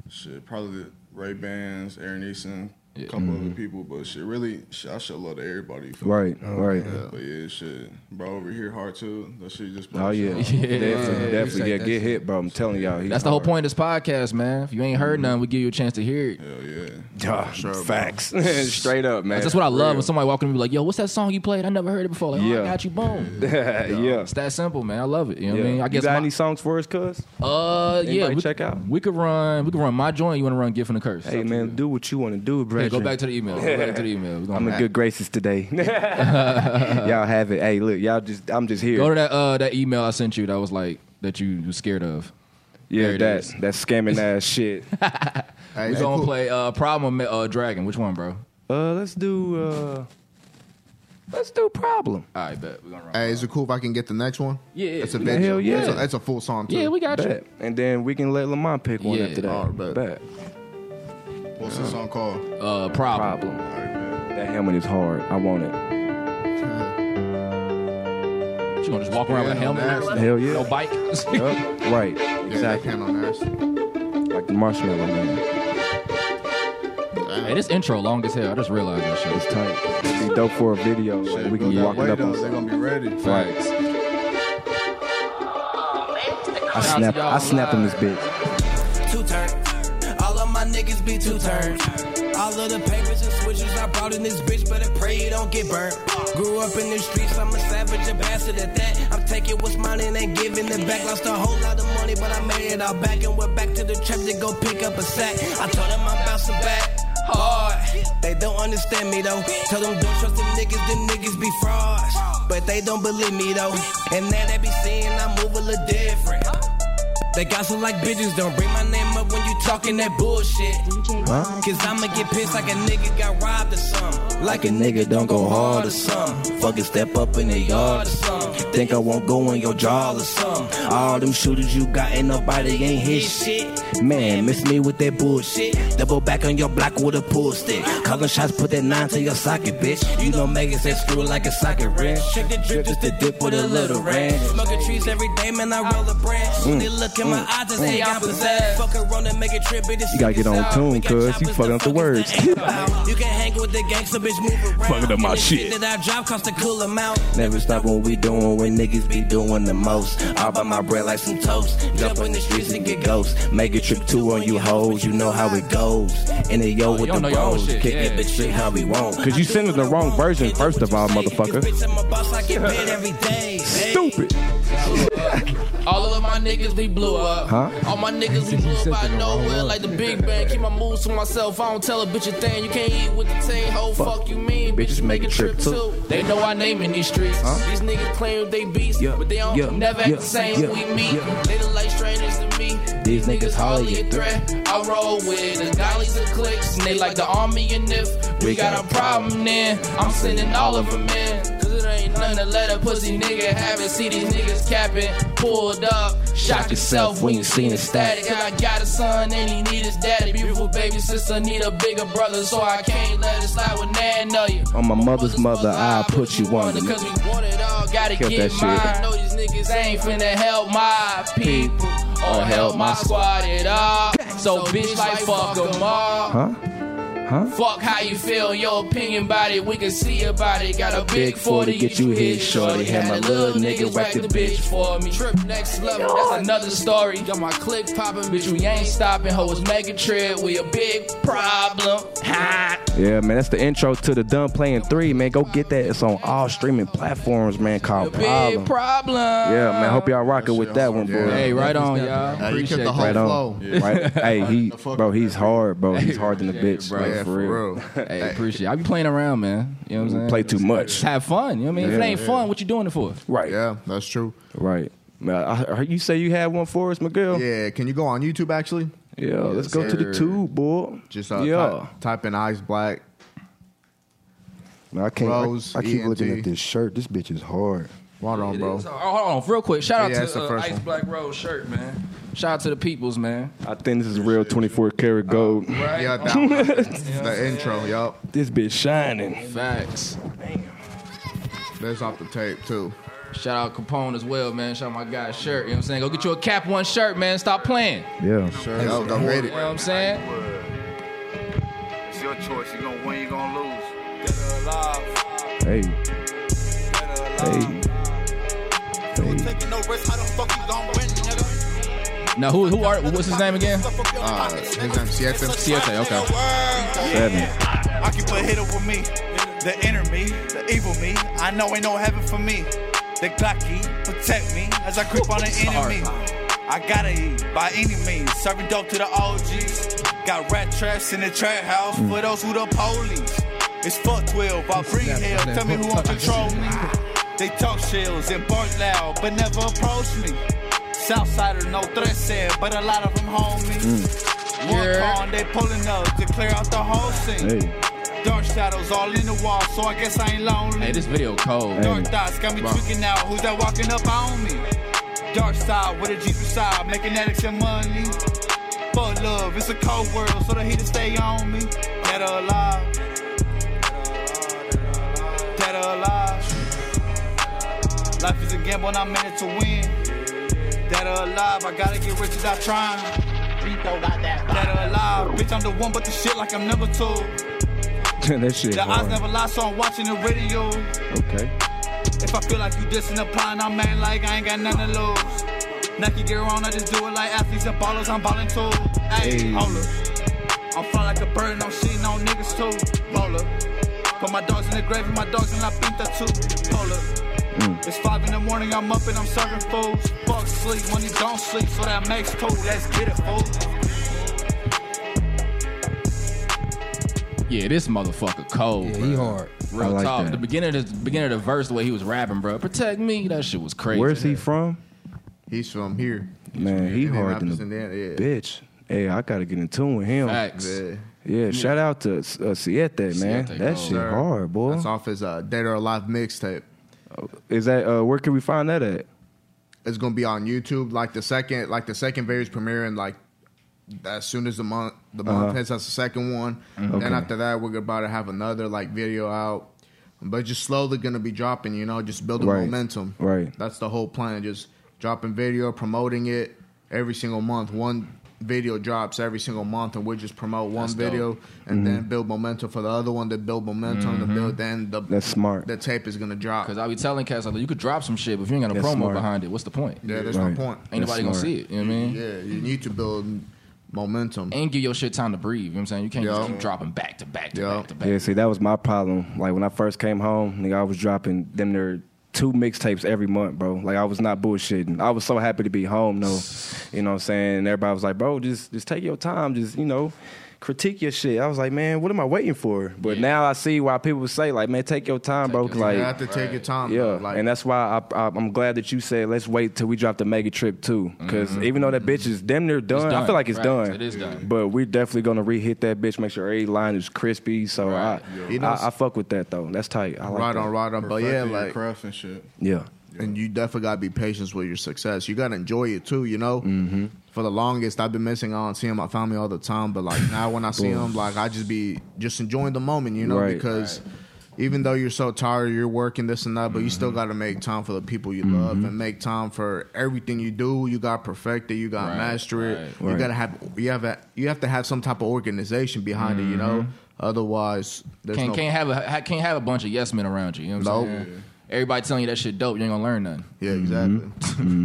Speaker 6: shit, probably Ray Bans, Aaron Eason, a
Speaker 1: Yeah.
Speaker 6: couple other people. But shit, really, shit, I should love to everybody. you feel me?
Speaker 2: Mm-hmm. Right. Right.
Speaker 6: But yeah, shit, bro, over here hard too. That shit just.
Speaker 2: Oh yeah,
Speaker 6: shit.
Speaker 1: Yeah.
Speaker 2: definitely,
Speaker 3: Yeah,
Speaker 2: definitely.
Speaker 3: appreciate
Speaker 2: Yeah,
Speaker 3: that
Speaker 2: get
Speaker 3: shit.
Speaker 2: hit, bro. I'm telling y'all, he's
Speaker 1: That's the whole
Speaker 2: hard.
Speaker 1: point of this podcast, man. If you ain't
Speaker 2: Mm.
Speaker 1: heard none, we give you a chance to hear it.
Speaker 6: Hell yeah.
Speaker 2: Yeah, facts, straight up, man.
Speaker 1: That's what I
Speaker 2: For
Speaker 1: love
Speaker 2: real.
Speaker 1: when somebody walk in and be like, "Yo, what's that song you played? I never heard it before." Like, oh,
Speaker 2: Yeah.
Speaker 1: I got you, boom.
Speaker 2: yeah.
Speaker 1: It's that simple, man. I love it. You know
Speaker 2: Yeah.
Speaker 1: what I mean? I
Speaker 2: you
Speaker 1: guess
Speaker 2: got
Speaker 1: my-
Speaker 2: any songs for us, cuz?
Speaker 1: uh, yeah,
Speaker 2: Anybody
Speaker 1: we,
Speaker 2: check out?
Speaker 1: We could run. We could run my joint. You want to run Gift and a Curse?
Speaker 2: Hey man, do what you want to do, bro.
Speaker 1: Hey, go back to the email. Go back to the email. We're gonna-
Speaker 2: I'm in good graces today. y'all have it. Hey, look, y'all just I'm just here.
Speaker 1: Go to that uh, that email I sent you that was like that you was scared of. there
Speaker 2: yeah,
Speaker 1: it
Speaker 2: that
Speaker 1: is.
Speaker 2: that scamming ass shit.
Speaker 4: hey,
Speaker 1: We
Speaker 4: hey,
Speaker 1: gonna
Speaker 4: cool.
Speaker 1: play uh, Problem or Ma- uh, Dragon. Which one, bro? All
Speaker 2: Uh, let's do uh, let's do problem.
Speaker 1: right, bet we gonna run.
Speaker 4: Hey, is it cool if I can get the next one?
Speaker 1: Yeah, yeah.
Speaker 4: it's a
Speaker 1: Yeah,
Speaker 4: video.
Speaker 2: hell yeah.
Speaker 4: It's a, it's a full song too.
Speaker 1: yeah, we got you.
Speaker 2: Bet. And then we can let Lamont pick one
Speaker 1: Yeah.
Speaker 2: after that.
Speaker 4: Alright, bet.
Speaker 2: Bet.
Speaker 6: What's this song called?
Speaker 1: Uh, problem.
Speaker 2: Problem.
Speaker 6: Alright, man.
Speaker 2: That helmet is hard. I want it.
Speaker 1: You gonna just walk around with a
Speaker 4: Yeah, on
Speaker 1: helmet?
Speaker 4: that.
Speaker 2: Hell yeah.
Speaker 1: No bike.
Speaker 2: Yup. Right.
Speaker 4: Yeah, that
Speaker 2: Exactly.
Speaker 4: pan on ours.
Speaker 2: Like the marshmallow man.
Speaker 1: hey, this intro long as hell. I just realized that
Speaker 2: It's
Speaker 1: shit.
Speaker 2: tight. It'd be dope for a video. Like,
Speaker 6: Shit,
Speaker 2: we
Speaker 6: build
Speaker 2: can
Speaker 6: that
Speaker 2: walk it
Speaker 6: weight
Speaker 2: up on
Speaker 6: They gonna be ready.
Speaker 1: Facts.
Speaker 2: I snap I snap in this bitch.
Speaker 8: two turn. All of my niggas be two turns. All of the papers and switches I brought in this bitch, but I pray you don't get burnt. Grew up in the streets, I'm a savage, a bastard at that. I'm taking what's mine and ain't giving it back. Lost a whole lot of money, but I made it all back. And we're back to the trap to go pick up a sack. I told them I'm bouncing back. Hard. They don't understand me though. Tell them don't trust them niggas, them niggas be frauds. But they don't believe me though. And now they be seeing I move a little different. They gossip like bitches, don't bring my name up when you talking that bullshit. Cause I'ma get pissed like a nigga got robbed or something. Like a nigga don't go hard or something. Fucking step up in the yard or something. Think I won't go in your jaw or something. All them shooters you got ain't nobody ain't hit shit. Man, miss me with that bullshit. Double back on your block with a pool stick. Calling shots, put that nine to your socket, bitch. You don't make it say screw like a socket wrench. Check the drip just to dip with a little ranch. Mm, Smoking trees every day, man, I roll a branch. When they look in my eyes, I say I'm possessed. Fuck around and make a trip, it is
Speaker 2: You gotta get on
Speaker 8: sick as
Speaker 2: tune,
Speaker 8: hell. We got
Speaker 2: cuz. You
Speaker 8: choppers,
Speaker 2: fucking
Speaker 8: the
Speaker 2: up
Speaker 8: fuck
Speaker 2: the
Speaker 8: is
Speaker 2: words.
Speaker 8: that ain't about? You can hang with the gangster, bitch, move around. Fucking up my shit. that I drop cost a cool amount. Never stop when we doing when niggas be doing the most. All by my bread like some toast. Jump in the streets and get ghosts. Make a trip two on you hoes. You know how it goes. In the yo with
Speaker 2: don't
Speaker 8: the
Speaker 2: Oh, know your own
Speaker 8: bros.
Speaker 2: shit,
Speaker 8: Kick it,
Speaker 2: yeah.
Speaker 8: but shit how we want.
Speaker 2: Cause you sending the wrong version, first of all, motherfucker.
Speaker 8: I'm a boss, I get paid every day.
Speaker 2: Stupid.
Speaker 10: All of my niggas be blew up.
Speaker 2: Huh?
Speaker 10: All my niggas be blew up out of nowhere like the Big Bang. Keep my moves to myself. I don't tell a bitch a thing. You can't eat with the team. Ho, fuck, you mean.
Speaker 8: Bitches make a trip too.
Speaker 10: They know I name in these streets.
Speaker 8: Huh?
Speaker 10: These niggas claim they beats,
Speaker 8: Yeah,
Speaker 10: but they don't
Speaker 8: yeah,
Speaker 10: never act
Speaker 8: yeah,
Speaker 10: the same
Speaker 8: yeah,
Speaker 10: we meet.
Speaker 8: yeah.
Speaker 10: They the like strangers to me.
Speaker 8: These niggas holler
Speaker 10: Only a
Speaker 8: you
Speaker 10: threat. I roll with the dollies and clicks, and they like the army and if we got a problem then I'm sending all of them in. Cause it ain't nothing to let a pussy nigga have it. See these niggas capping, pulled up, shot yourself when you seen it static. I got a son and he need his daddy. Beautiful baby sister need a bigger brother, so I can't let it slide with Nan know you.
Speaker 8: On my mother's mother, I'll put you on the
Speaker 10: Cause we want it all, gotta
Speaker 8: Kept
Speaker 10: get
Speaker 8: that shit.
Speaker 10: mine. Know these niggas ain't finna help my people. Or help my squad at all. So bitch like fuck 'em all.
Speaker 2: Huh? Huh?
Speaker 10: Fuck how you feel, your opinion about it, we can see about it. Got a big
Speaker 8: Big 40 get you hit shorty. Had my little nigga whack the bitch.
Speaker 10: for me. Trip next level, that's another story. Got my click popping, bitch, we ain't stopping. Hoes make a trip, we a big problem. Ha!
Speaker 2: Yeah, man, that's the intro to the Done Playing 3, man. Go get that. It's on all streaming platforms, man, called
Speaker 10: Big
Speaker 2: Problem.
Speaker 10: problem.
Speaker 2: Yeah, man, hope y'all rocking with that one, bro.
Speaker 1: Hey, right on, y'all. Hey, you kept the whole
Speaker 2: Right on.
Speaker 1: flow. Yeah.
Speaker 2: Right, hey, he, bro, he's hard, bro. He's hard than a bitch,
Speaker 1: bro,
Speaker 2: bro,
Speaker 1: yeah,
Speaker 2: for real.
Speaker 1: Hey, appreciate it. I be playing around, man. You know what I'm saying?
Speaker 2: Play too much.
Speaker 1: Just have fun. You know what I mean? If it
Speaker 2: Yeah.
Speaker 1: ain't fun, what you doing it for?
Speaker 2: Right.
Speaker 4: Yeah, that's true.
Speaker 2: Right. Man, I heard you say you had one for us, Miguel.
Speaker 4: Yeah, can you go on YouTube actually?
Speaker 2: Yeah, let's go to the tube, boy.
Speaker 4: Just uh,
Speaker 2: Yeah.
Speaker 4: type, type in Ice Black.
Speaker 6: Man, I can't.
Speaker 4: Rose, E
Speaker 6: I, I keep looking
Speaker 4: ENT.
Speaker 6: at this shirt. This bitch is hard.
Speaker 4: Hold on, bro.
Speaker 10: Oh, hold on, real quick. Shout out
Speaker 4: Yeah, that's
Speaker 10: to
Speaker 4: the
Speaker 10: uh,
Speaker 4: first
Speaker 10: Ice
Speaker 4: one.
Speaker 10: Black Rose shirt, man. Shout out to the peoples, man.
Speaker 2: I think this is real 24 karat gold.
Speaker 4: Yeah, that one. the intro, yup.
Speaker 2: This bitch shining.
Speaker 10: Facts.
Speaker 4: That's off the tape too.
Speaker 10: Shout out Capone as well, man. Shout out my guy shirt. You know what I'm saying? Go get you a Cap One shirt, man. Stop playing.
Speaker 6: Yeah.
Speaker 4: Yo, go get
Speaker 10: You
Speaker 4: it.
Speaker 10: know what I'm saying?
Speaker 5: It's your choice. You gonna win, you gonna lose. Dead or alive.
Speaker 6: Hey. Hey.
Speaker 5: Taking no risk. How the fuck you gonna win, nigga?
Speaker 1: Now, who who are? What's his name again?
Speaker 4: Uh, his name's Siete.
Speaker 1: Siete. Okay.
Speaker 5: Yeah. I keep a hitter with me. The inner me, the evil me. I know ain't no heaven for me. The Glocky protect me as I creep on the enemy. I gotta eat by any means. Serving dope to the OGs. Got rat traps in the trap house for those who the police. It's fuck 12. I free hell. Tell me who won't control me. They talk shells and bark loud, but never approach me. Southsider, no threat said, but a lot of them homies. One pawn, they pulling up to clear out the whole scene.
Speaker 6: Hey.
Speaker 5: Dark shadows all in the wall, so I guess I ain't lonely.
Speaker 1: Hey, this video cold.
Speaker 5: Dark thoughts got me tweaking out. Who's that walking up on me? Dark side with a Jeep side, making addicts and money. Fuck love, it's a cold world, so the heat stay on me. Dead or alive. Dead or alive. Life is a gamble and I'm in it to win. Dead or alive, I gotta get rich without trying. Dead or alive, bitch, I'm the one, but the shit like I'm number two.
Speaker 2: that shit
Speaker 5: The eyes
Speaker 2: hard.
Speaker 5: never lie, so I'm watching the radio.
Speaker 2: Okay.
Speaker 5: If I feel like you dissing upon, I'm man like I ain't got nothing to lose. Nike gear on, I just do it like athletes and ballers, I'm ballin' too. Hey,
Speaker 2: Ayy.
Speaker 5: hold up. I'm fly like a bird and I'm shitting on niggas too. Roll up. Put my dogs in the grave and my dogs in La Pinta too. Hold up. It's five in the morning, I'm up and I'm serving food. Fuck sleep, money don't sleep, so that makes two. Let's get it, fool.
Speaker 1: Yeah, this motherfucker cold.
Speaker 11: Yeah, he
Speaker 1: bro.
Speaker 11: hard.
Speaker 1: Real
Speaker 2: I like
Speaker 1: talk.
Speaker 2: that.
Speaker 1: The beginning of the beginning of the verse, the way he was rapping, bro. Protect me. That shit was crazy.
Speaker 2: Where's he from?
Speaker 4: He's from here.
Speaker 2: Man, he
Speaker 4: And then
Speaker 2: hard than a
Speaker 4: rappers in there, yeah.
Speaker 2: bitch. Hey, I gotta get in tune with him.
Speaker 1: Facts.
Speaker 4: Yeah.
Speaker 2: Yeah, shout out to uh, Siete, man.
Speaker 1: Siete, go.
Speaker 2: that shit
Speaker 4: Sir.
Speaker 2: hard, boy.
Speaker 4: That's off his uh, Dead or Alive mixtape.
Speaker 2: Is that uh, where can we find that at?
Speaker 4: It's gonna be on YouTube. Like the second, like the second video is premiering. Like as soon as the month, the month
Speaker 2: Uh-huh.
Speaker 4: hits, that's the second one.
Speaker 2: Mm-hmm.
Speaker 4: Then after that, we're about to have another like video out. But just slowly gonna be dropping. You know, just building
Speaker 2: Right.
Speaker 4: momentum.
Speaker 2: Right.
Speaker 4: That's the whole plan. Just dropping video, promoting it every single month. One video drops every single month, and we just promote one
Speaker 1: That's dope.
Speaker 4: video and
Speaker 2: Mhm.
Speaker 4: then build momentum for the other one. To build momentum, to
Speaker 1: Mhm.
Speaker 4: build then the
Speaker 2: Mm-hmm. That's smart.
Speaker 4: the tape is gonna drop.
Speaker 1: Because I be telling cats like, you could drop some shit, but if you ain't got a
Speaker 4: That's
Speaker 1: promo
Speaker 4: smart.
Speaker 1: behind it, what's the point?
Speaker 4: Yeah, there's no point.
Speaker 1: Ain't nobody gonna see it. You know what I mean?
Speaker 4: Yeah, you need to build momentum
Speaker 1: and give your shit time to breathe. You know what I'm saying? You can't
Speaker 4: Yeah.
Speaker 1: just keep dropping back to back to back to back.
Speaker 2: Yeah, see, that was my problem. Like when I first came home, nigga, I was dropping them there two mixtapes every month, bro. Like I was not bullshitting. I was so happy to be home, though. You know what I'm saying? And everybody was like, "Bro, just just take your time, just you know." Critique your shit. I was like, man, what am I waiting for? But now I see why people say, like, man, take your time, bro. 'cause,
Speaker 4: You
Speaker 2: like,
Speaker 4: have to take your time.
Speaker 2: yeah,
Speaker 4: bro. Like,
Speaker 2: and that's why I, I, I'm glad that you said let's wait till we drop the mega trip too, because even though that bitch is damn near done, I
Speaker 1: done,
Speaker 2: feel like it's
Speaker 1: right.
Speaker 2: done.
Speaker 1: It is done.
Speaker 2: But we're definitely gonna re-hit that bitch, make sure every line is crispy. So I,
Speaker 4: You know,
Speaker 2: I, I fuck with that though. That's tight. I like
Speaker 4: right
Speaker 2: that.
Speaker 4: on, right on. But yeah,
Speaker 6: Perfecting your
Speaker 4: like
Speaker 6: craft and shit.
Speaker 2: Yeah.
Speaker 4: And you definitely gotta be patient with your success. You gotta enjoy it too. You know,
Speaker 2: Mm-hmm.
Speaker 4: for the longest, I've been missing out on seeing my family all the time. But like now, when I see
Speaker 2: Oof.
Speaker 4: them, like I just be just enjoying the moment. You know,
Speaker 2: Right.
Speaker 4: because even though you're so tired, you're working this and that, but you
Speaker 2: Mm-hmm.
Speaker 4: still gotta make time for the people you love and make time for everything you do. You got to perfect it. You got to
Speaker 1: Right,
Speaker 4: master it.
Speaker 1: right.
Speaker 4: You
Speaker 1: Right.
Speaker 4: gotta have you have a, you have to have some type of organization behind it. You know,
Speaker 2: Mm-hmm.
Speaker 4: otherwise there's
Speaker 1: Can't
Speaker 4: no
Speaker 1: can't have a ha- can't have a bunch of yes men around you. You know what I'm
Speaker 4: Nope.
Speaker 1: saying? Everybody telling you that shit dope, you ain't gonna learn nothing.
Speaker 4: yeah exactly.
Speaker 2: Mm-hmm.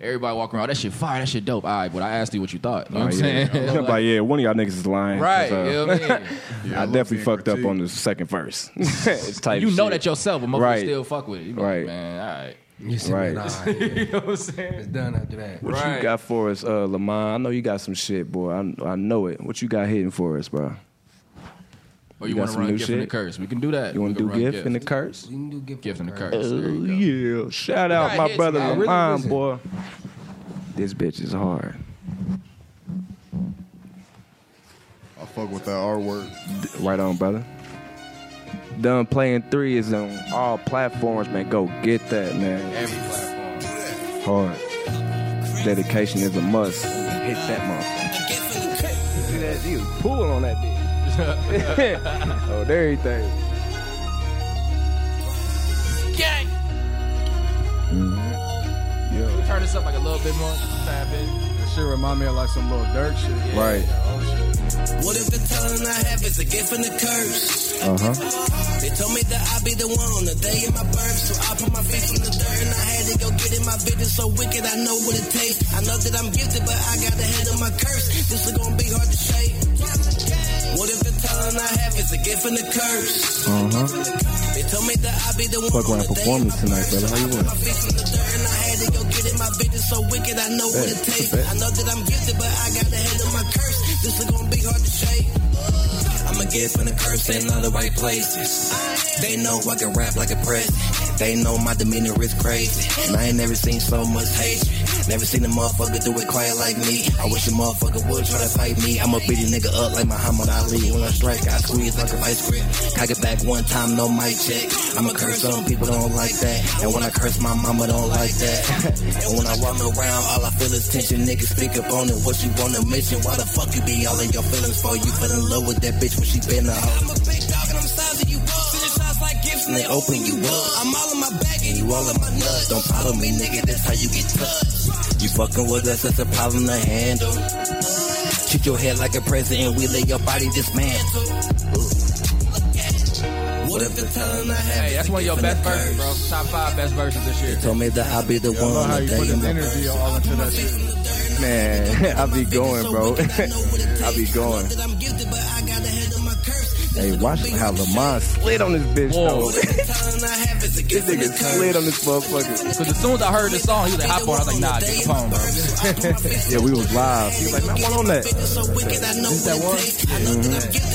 Speaker 1: Everybody walking around, "Oh, that shit fire, that shit dope. All right, but I asked you what you thought. You know
Speaker 2: Oh,
Speaker 1: what I'm
Speaker 2: yeah.
Speaker 1: saying?
Speaker 2: I'm like, yeah, one of y'all niggas is lying.
Speaker 1: Right,
Speaker 2: So-
Speaker 1: you know what I mean?
Speaker 6: Yeah,
Speaker 2: I
Speaker 6: look,
Speaker 2: definitely
Speaker 6: being
Speaker 2: fucked up on
Speaker 6: critiqued.
Speaker 2: the second verse. it's tight.
Speaker 1: you know
Speaker 2: shit.
Speaker 1: that yourself, but motherfuckers
Speaker 2: Right.
Speaker 1: still fuck with it. You be like,
Speaker 2: Right.
Speaker 1: man, all right.
Speaker 12: You see,
Speaker 2: Right.
Speaker 12: nah, you know what I'm saying? It's done after that.
Speaker 2: What you got for us, uh, Lamont? I know you got some shit, boy. I, I know it. What you got hitting for us, bro?
Speaker 1: Or you,
Speaker 2: You got
Speaker 1: want to
Speaker 2: some
Speaker 1: run
Speaker 2: new
Speaker 1: gift and the
Speaker 2: shit?
Speaker 1: curse? We can do that.
Speaker 2: You
Speaker 1: want to
Speaker 2: do gift and the curse?
Speaker 12: You can do gift,
Speaker 1: gift and the curse? There
Speaker 2: Oh,
Speaker 1: you go.
Speaker 2: yeah. Shout
Speaker 1: You
Speaker 2: out
Speaker 1: got
Speaker 2: my
Speaker 1: hits,
Speaker 2: brother
Speaker 1: man. Really
Speaker 2: Lamont,
Speaker 1: listen.
Speaker 2: boy. This bitch is hard.
Speaker 6: I fuck with that R word.
Speaker 2: D- Right on, brother. Done playing three is on all platforms, man. Go get that, man.
Speaker 1: Every platform.
Speaker 2: Hard. Dedication is a must. Hit that motherfucker. See that? He was pulling on that bitch. oh, there he think.
Speaker 10: Gang.
Speaker 2: Mm-hmm.
Speaker 1: Can we turn this up like a little bit more? Tap in.
Speaker 6: That shit remind me of like some little dirt oh, shit.
Speaker 2: Right.
Speaker 8: What if the talent I have is a gift and a curse?
Speaker 2: Uh huh.
Speaker 8: They told me that I'd be the one on the day of my birth, so I put my feet in the dirt and I had to go get in my business so wicked. I know what it takes. I know that I'm gifted, but I got to handle my curse. This is gonna be hard to shake. What if the talent I have is a gift and a curse?
Speaker 2: Uh huh.
Speaker 8: They told me that I'd be the one
Speaker 2: Fuck around performing tonight, brother. How you want?
Speaker 8: feet in the dirt and I had to go get in my business so wicked. I know what it takes. I know that I'm gifted, but I gotta handle my curse. This is gonna be hard to shake. I'm a gift and a curse in all the right places. They know I can rap like a president. They know my demeanor is crazy. And I ain't never seen so much hatred. Never seen a motherfucker do it quiet like me. I wish a motherfucker would try to fight me. I'ma beat a nigga up like Muhammad Ali. When I strike, I squeeze like a vice grip. Cock it back one time, no mic check. I'ma curse, some people don't like that. And when I curse, my mama don't like that. and when I walk around, all I feel is tension. Niggas speak up on it, what you want to mention. Why the fuck you be all in your feelings for? You fell in love with that bitch when she been a hoe. I'm a big dog and I'm sizing you up. Finish shots like gifts and they open you up. I'm all in my bag and you all in my nuts. Don't follow me, nigga, that's how you get touched. You fucking with us, that's a problem to handle. Shoot your head like a president, we let your body dismantle. What if the talent I have?
Speaker 1: Hey, that's one of your best verses, bro. Top five best verses this year.
Speaker 8: Told me that I'll be the
Speaker 6: I love
Speaker 8: one
Speaker 6: how
Speaker 8: that
Speaker 6: you
Speaker 8: day
Speaker 6: put
Speaker 8: in
Speaker 6: his
Speaker 8: the
Speaker 6: energy all into that shit.
Speaker 2: Man, I be going, bro. I be going. Hey, watch how Lamont slid on this bitch,
Speaker 1: Whoa.
Speaker 2: though. this nigga slid on this motherfucker.
Speaker 1: Because as soon as I heard the song, he was like, hop on. I was like, nah, get the phone, bro.
Speaker 2: Yeah, we was live. He was like, man, what on that? Is that one?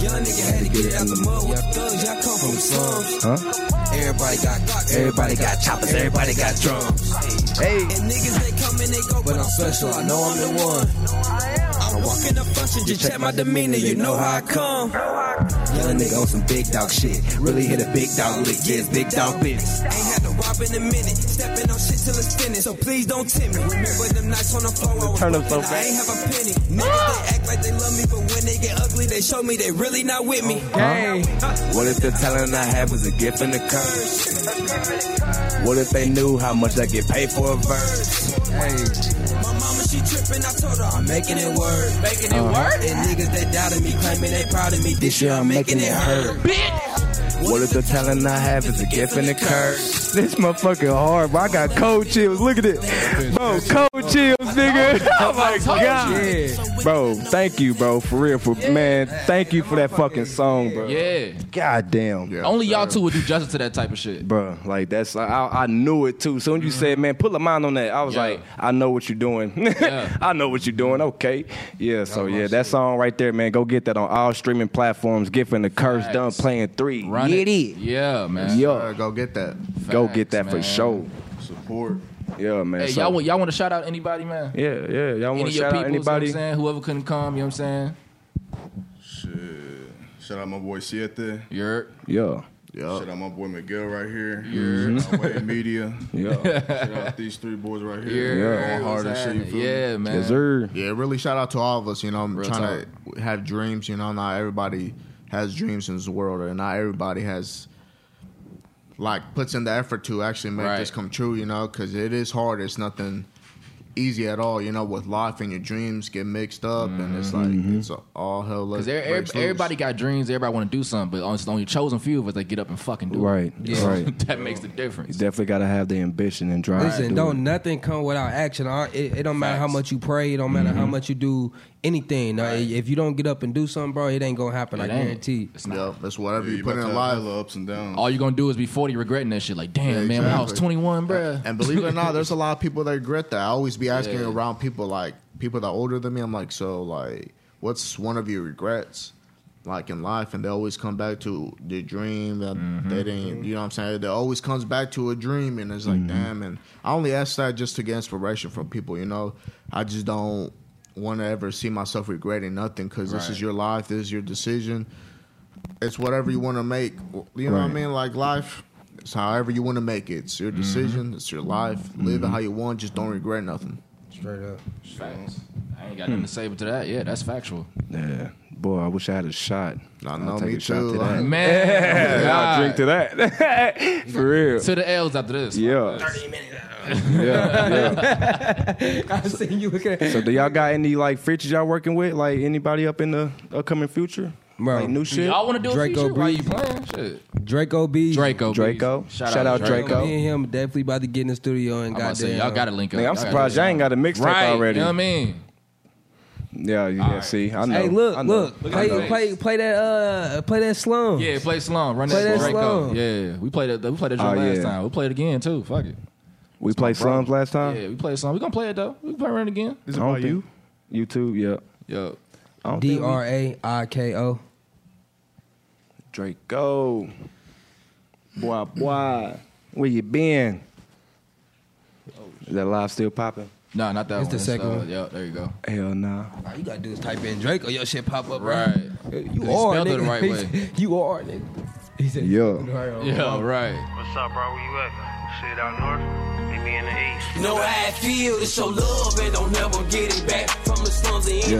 Speaker 3: Young nigga had to get it out the mud with thugs. Y'all come from the slums.
Speaker 2: Huh?
Speaker 3: Everybody got Glocks. Everybody got choppers. Everybody got drums.
Speaker 2: Hey.
Speaker 3: And niggas they come and they go, but I'm special. I know I'm the one. I walk in the function, just check my demeanor. You know how I come.
Speaker 13: Young nigga on some big dog shit. Really hit a big dog lick. Yes, big dog business.
Speaker 14: Ain't had to wop in a minute. Stepping on shit till it's finished. So please don't tempt me. Remember them nights on the floor. I was
Speaker 2: Turn up so
Speaker 14: broken, I
Speaker 2: fast.
Speaker 14: ain't have a penny. Niggas, they act like they love me, but when they get ugly, they show me they really not with me.
Speaker 13: Hey.
Speaker 8: What if the talent I have was a gift and a curse? What if they knew how much I get paid for a verse?
Speaker 14: My mama, she tripping. I told her I'm making it work. Making it work? And niggas, they doubted me, claiming they proud of me.
Speaker 8: This year I'm making it hurt. What if the talent I have is a gift and a curse?
Speaker 2: This motherfucking hard, bro. I got cold chills. Look at it. Bro, cold chills, nigga. Oh my god. Bro, thank you, bro. For real. For man, thank you for that fucking song, bro.
Speaker 1: Yeah.
Speaker 2: God damn.
Speaker 1: Only y'all two would do justice to that type of shit.
Speaker 2: Bro, like that's I, I I knew it too. Soon you said, man, put a mind on that. I was like, I know what you're doing. I know what you're doing. Okay, yeah. So yeah, that song right there, man. Go get that on all streaming platforms. Get from the curse. Done playing three.
Speaker 1: Run
Speaker 2: get
Speaker 1: it. Yeah, man.
Speaker 2: Yeah,
Speaker 4: go get that.
Speaker 2: Go
Speaker 1: Facts,
Speaker 2: get that for
Speaker 1: man.
Speaker 2: sure. Support. Yeah, man.
Speaker 1: Hey,
Speaker 2: so-
Speaker 1: y'all want y'all want to shout out anybody, man?
Speaker 2: Yeah, yeah. Y'all
Speaker 1: Any
Speaker 2: want
Speaker 1: of your
Speaker 2: to shout out
Speaker 1: peoples,
Speaker 2: anybody?
Speaker 1: You know what I'm saying? Whoever couldn't come, you know what I'm saying?
Speaker 6: Shit. Shout out my boy Siete.
Speaker 1: You're.
Speaker 2: Yeah.
Speaker 4: Oh.
Speaker 6: Shout out my boy Miguel right here.
Speaker 1: Yeah.
Speaker 6: Shout out Wave Media.
Speaker 2: Yeah.
Speaker 6: Shout out these three boys right here. Going hard and shit. You feel me?
Speaker 4: Yeah, really shout out to all of us. You know, I'm
Speaker 6: Real
Speaker 4: trying to have dreams. You know, not everybody has dreams in this world, and not everybody has like puts in the effort to actually make this come true. You know, because it is hard. It's nothing easy at all. You know, with life and your dreams get mixed up, and it's like it's all hell.
Speaker 1: Because
Speaker 4: breaks loose.
Speaker 1: everybody got dreams, everybody want to do something, but it's only chosen few of us that get up and fucking do
Speaker 2: Right,
Speaker 1: it. Yeah.
Speaker 2: right.
Speaker 1: that makes the difference.
Speaker 2: You definitely gotta have the ambition and drive.
Speaker 3: Listen,
Speaker 2: dude.
Speaker 3: don't nothing come without action. I- It, it don't matter how much you pray. It don't matter
Speaker 2: Mm-hmm.
Speaker 3: how much you do anything. Now, If you don't get up and do something, bro, it ain't gonna happen. I
Speaker 1: It ain't.
Speaker 3: guarantee.
Speaker 1: It's not.
Speaker 4: Yep, that's whatever
Speaker 6: you put in live. ups and downs.
Speaker 1: All you're going to do is be 40 regretting that shit. Like, damn,
Speaker 4: Yeah,
Speaker 1: man, when I was
Speaker 4: exactly.
Speaker 1: 21, bruh.
Speaker 4: And believe it or not, there's a lot of people that regret that. I always be asking
Speaker 1: Yeah.
Speaker 4: around people like people that are older than me. I'm like, so like, what's one of your regrets like in life? And they always come back to their dream that
Speaker 1: Mm-hmm.
Speaker 4: they didn't. You know what I'm saying? They always comes back to a dream, and it's like,
Speaker 1: Mm-hmm.
Speaker 4: damn. And I only ask that just to get inspiration from people. You know, I just don't want to ever see myself regretting nothing because this
Speaker 1: Right.
Speaker 4: is your life. This is your decision. It's whatever you want to make. You know what I
Speaker 2: Right.
Speaker 4: mean? Like life. It's however you want to make it. It's your decision. It's your life. Live it how you want. Just don't regret nothing.
Speaker 3: Straight up.
Speaker 1: Facts. I ain't got nothing to say but to that. Yeah, that's factual.
Speaker 2: Yeah. Boy, I wish I had a shot. I
Speaker 4: know,
Speaker 2: take
Speaker 4: me
Speaker 2: a shot
Speaker 4: too.
Speaker 2: to that.
Speaker 1: Man.
Speaker 2: I'll drink to that. For real.
Speaker 1: To the L's after this.
Speaker 2: Yeah.
Speaker 1: 30
Speaker 2: yeah, yeah.
Speaker 3: I seen you looking. At-
Speaker 2: So do y'all got any like features y'all working with? Like anybody up in the upcoming future?
Speaker 3: Bro.
Speaker 2: Like new shit?
Speaker 1: Y'all want to do
Speaker 3: Draco
Speaker 1: a feature? Why you
Speaker 3: Breeze.
Speaker 1: playing? Shit.
Speaker 3: Draco B.
Speaker 1: Draco.
Speaker 2: Draco.
Speaker 1: Breeze.
Speaker 2: Shout out Draco.
Speaker 3: Me and him definitely about to get in the studio and
Speaker 1: I'm about to
Speaker 3: goddamn.
Speaker 1: say, y'all got to link up.
Speaker 2: Nigga, I'm
Speaker 1: Y'all gotta
Speaker 2: surprised
Speaker 1: do
Speaker 2: y'all ain't got a
Speaker 1: something.
Speaker 2: mixtape
Speaker 1: Right,
Speaker 2: already.
Speaker 1: You know what I mean?
Speaker 2: Yeah, you yeah, see. I know.
Speaker 3: Hey, look,
Speaker 2: I know.
Speaker 3: look,
Speaker 2: I
Speaker 3: play,
Speaker 2: know.
Speaker 3: play, play that, uh, play that slum.
Speaker 1: Yeah, play Slum. Run
Speaker 3: Play
Speaker 1: that
Speaker 3: that
Speaker 1: Draco.
Speaker 3: Slum.
Speaker 1: Yeah, we played it. We played that
Speaker 2: Oh,
Speaker 1: drum last
Speaker 2: yeah.
Speaker 1: time. We played it again too. Fuck it.
Speaker 2: We played slums last time.
Speaker 1: Yeah, we played Slum. We gonna play it though. We gonna run it again.
Speaker 2: Is it about you? You too. Yeah.
Speaker 1: Yo,
Speaker 2: I don't
Speaker 3: D
Speaker 2: think we-
Speaker 3: R A I K O.
Speaker 2: Draco. Boy, boy. Where you been? Is that live still popping?
Speaker 1: no, not that
Speaker 3: It's
Speaker 1: one.
Speaker 3: the second
Speaker 1: uh,
Speaker 3: one.
Speaker 1: Yeah, there you go.
Speaker 2: Hell nah.
Speaker 3: All you gotta do is type in Drake or your shit pop up. bro.
Speaker 1: Right.
Speaker 3: You
Speaker 1: He
Speaker 3: are
Speaker 1: spelled it
Speaker 3: nigga.
Speaker 1: the right way.
Speaker 3: you are nigga. He said,
Speaker 2: Yeah.
Speaker 1: Yeah, right.
Speaker 15: What's up, bro? Where you at? Shit out north. They be in the east.
Speaker 14: You know how it feel to show love and don't never get it back from the slums of Indiana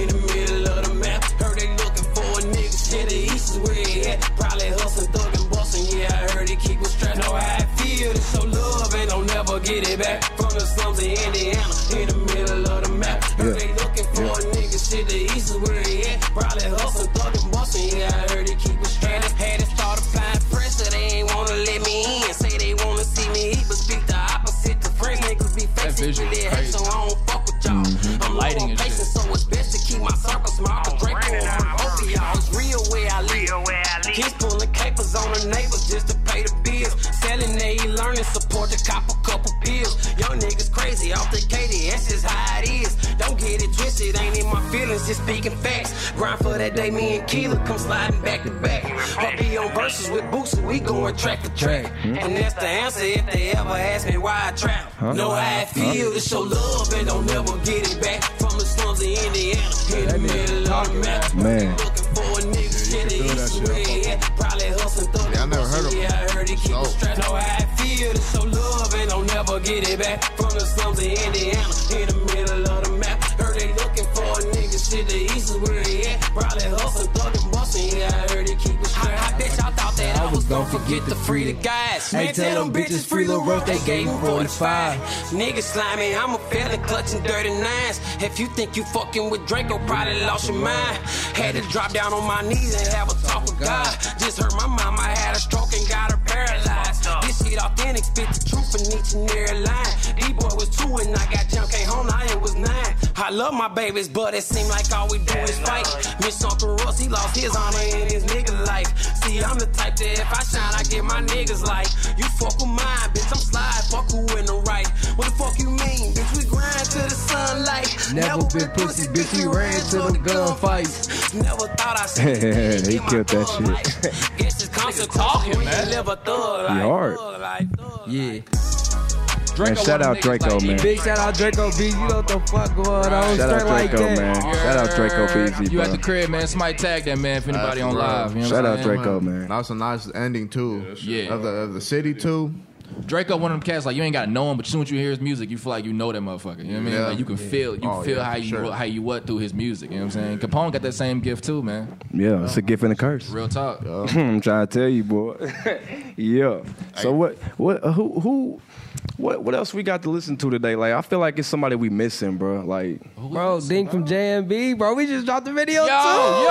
Speaker 14: in the middle of the map. Heard they looking for a nigga, shit the east is where he at. Probably hustling, thugging, busting. Yeah, I heard he kick was strapped. Know how it feel to show love and don't never get it back from the slums of Indiana in the middle of the map. Heard they looking for a nigga, shit the east is where he at. Probably hustling, thugging, busting. Yeah, I heard he kick was strapped. Had it started flying fresh, so they ain't wanna let me in. Say they wanna see me eat, but speak the opposite to friends. Niggas be
Speaker 1: That
Speaker 14: facing
Speaker 1: vision
Speaker 14: with
Speaker 1: is
Speaker 14: their hate,
Speaker 1: crazy.
Speaker 14: so I don't fuck with y'all. I'm
Speaker 1: Lighting
Speaker 14: low on
Speaker 1: and shit.
Speaker 14: bases, so it's best to keep my circle small. Cause Drake going for both of y'all. It's real where I live. Kids pulling capers on the neighbors just to pay the bills. Selling they learning, support the cop a couple pills. Young niggas crazy off the KDS is how it is. Don't get it twisted, ain't in my feelings, just speaking facts. Grind for that day, me and Keela come sliding back to back. I'll be on verses with Boosie, we going track to track. And that's the answer if they ever ask me why I trap.
Speaker 16: Hmm? Huh?
Speaker 14: Know how I feel,
Speaker 16: Huh?
Speaker 14: to show love and don't never get it back. From the slums of Indiana, in the middle of the map.
Speaker 2: Man.
Speaker 14: For a nigga, get it, it's the way it at. Probably hustle through
Speaker 4: Yeah, I never heard of
Speaker 14: yeah, I heard it keep oh. stress. Know how I feel to show love and don't never get it back. From the slums of Indiana, in the middle of the map. Heard they looking for a nigga, shit, the east is where they at. Probably hustle, thug and bustin', yeah, I heard it keep it stress. I, I bet y'all thought that I was gon' forget to free the guys.
Speaker 3: Hey,
Speaker 14: Man,
Speaker 3: tell them bitches free Lil Roach, they gave me 45.
Speaker 14: Nigga slimy, I'm a felon clutching dirty nines. If you think you fucking with Draco, probably lost your mind. Had to drop down on my knees and have a talk with God. Just hurt my mama, had a stroke and got her paralyzed. This shit authentic, spit the truth in each and every line. D-boy was two and I got jump, came home, I was nine. I love my babies, but it seem like all we do is fight. Miss Uncle Russ, he lost his honor in his nigga life. See, I'm the type that if I shine, I get my niggas like. You fuck with mine, bitch, I'm slide, fuck who in the right. What the fuck you mean, bitch, we grind to the sunlight.
Speaker 8: Never been pussy, bitch. We ran to them gunfights.
Speaker 14: Never thought I
Speaker 2: he
Speaker 14: seen
Speaker 2: killed that shit.
Speaker 14: this constant talking, man. Live a thug life.
Speaker 2: He hard.
Speaker 8: Yeah.
Speaker 2: Man, shout out Draco, man.
Speaker 8: Big shout out Draco B. You know what the fuck going on?
Speaker 2: Shout out
Speaker 8: Straight like
Speaker 2: Draco,
Speaker 8: that.
Speaker 2: man. Shout out Draco Peasy,
Speaker 1: You
Speaker 2: bro.
Speaker 1: at the crib, man. Somebody tag that man if anybody on live. You know
Speaker 2: Shout
Speaker 1: what
Speaker 2: out
Speaker 1: I'm saying?
Speaker 2: Draco, man.
Speaker 4: That was a nice ending too.
Speaker 1: Yeah.
Speaker 4: Of the of the city too.
Speaker 1: Draco, one of them cats, like you ain't gotta know him, but soon as you hear his music, you feel like you know that motherfucker. You know what I mean?
Speaker 4: Yeah.
Speaker 1: Like you can
Speaker 4: Yeah.
Speaker 1: feel, you
Speaker 4: Oh,
Speaker 1: feel
Speaker 4: yeah,
Speaker 1: how you
Speaker 4: sure.
Speaker 1: how you what through his music. You know what I'm saying? Capone got that same gift too, man.
Speaker 2: Yeah, it's a gift and a curse.
Speaker 1: Real talk.
Speaker 2: I'm trying to tell you, boy. yeah. So what? What? uh, Who? Who? What? What else we got to listen to today? Like, I feel like it's somebody we missing, bro. Like,
Speaker 8: Bro, Dink from JMB, bro. We just dropped the video
Speaker 1: yo,
Speaker 8: too.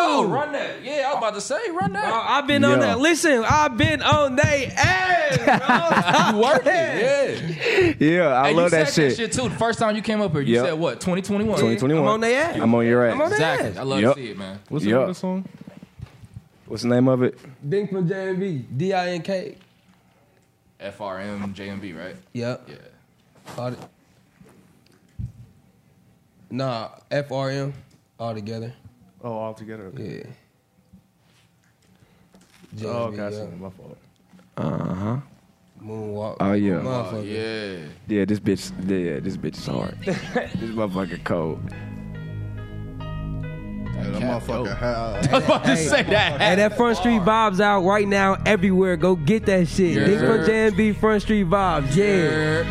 Speaker 1: yo, run that. Yeah, I was about to say, run that.
Speaker 3: Uh,
Speaker 8: Bro, Oh, I've been on
Speaker 2: Yo.
Speaker 8: that. Listen, I've been on they ass, Oh, bro.
Speaker 1: Work it, yeah.
Speaker 2: yeah, I
Speaker 1: Hey,
Speaker 2: love
Speaker 1: you said
Speaker 2: that shit.
Speaker 1: That shit too. The first time you came up here, you
Speaker 2: Yep.
Speaker 1: said what? 2021.
Speaker 2: 2021.
Speaker 8: I'm on they ass.
Speaker 2: I'm on your ass.
Speaker 8: I'm on they
Speaker 1: Exactly.
Speaker 8: ass.
Speaker 1: I love
Speaker 2: Yep.
Speaker 1: to see it, man.
Speaker 2: What's the name of the
Speaker 17: song?
Speaker 2: What's the name of it?
Speaker 8: Dink from JMB, D I N K.
Speaker 1: FRM JMB, right?
Speaker 8: Yep.
Speaker 1: Yeah.
Speaker 8: All the- nah, FRM all together.
Speaker 18: Oh, all together.
Speaker 8: Yeah.
Speaker 18: Oh,
Speaker 8: JSB,
Speaker 18: okay. I
Speaker 8: yeah.
Speaker 18: see. My fault.
Speaker 2: Uh huh.
Speaker 8: Moonwalk.
Speaker 2: Oh yeah.
Speaker 8: Motherfucker.
Speaker 1: yeah.
Speaker 2: Yeah. This bitch. Yeah. This bitch is hard. this motherfucker cold.
Speaker 6: That motherfucker high.
Speaker 1: I was about to say that.
Speaker 8: Hey, that Front Street Vibes out right now everywhere. Go get that shit.
Speaker 1: Yeah.
Speaker 8: Dink from JMB, Front Street Vibes. Yeah.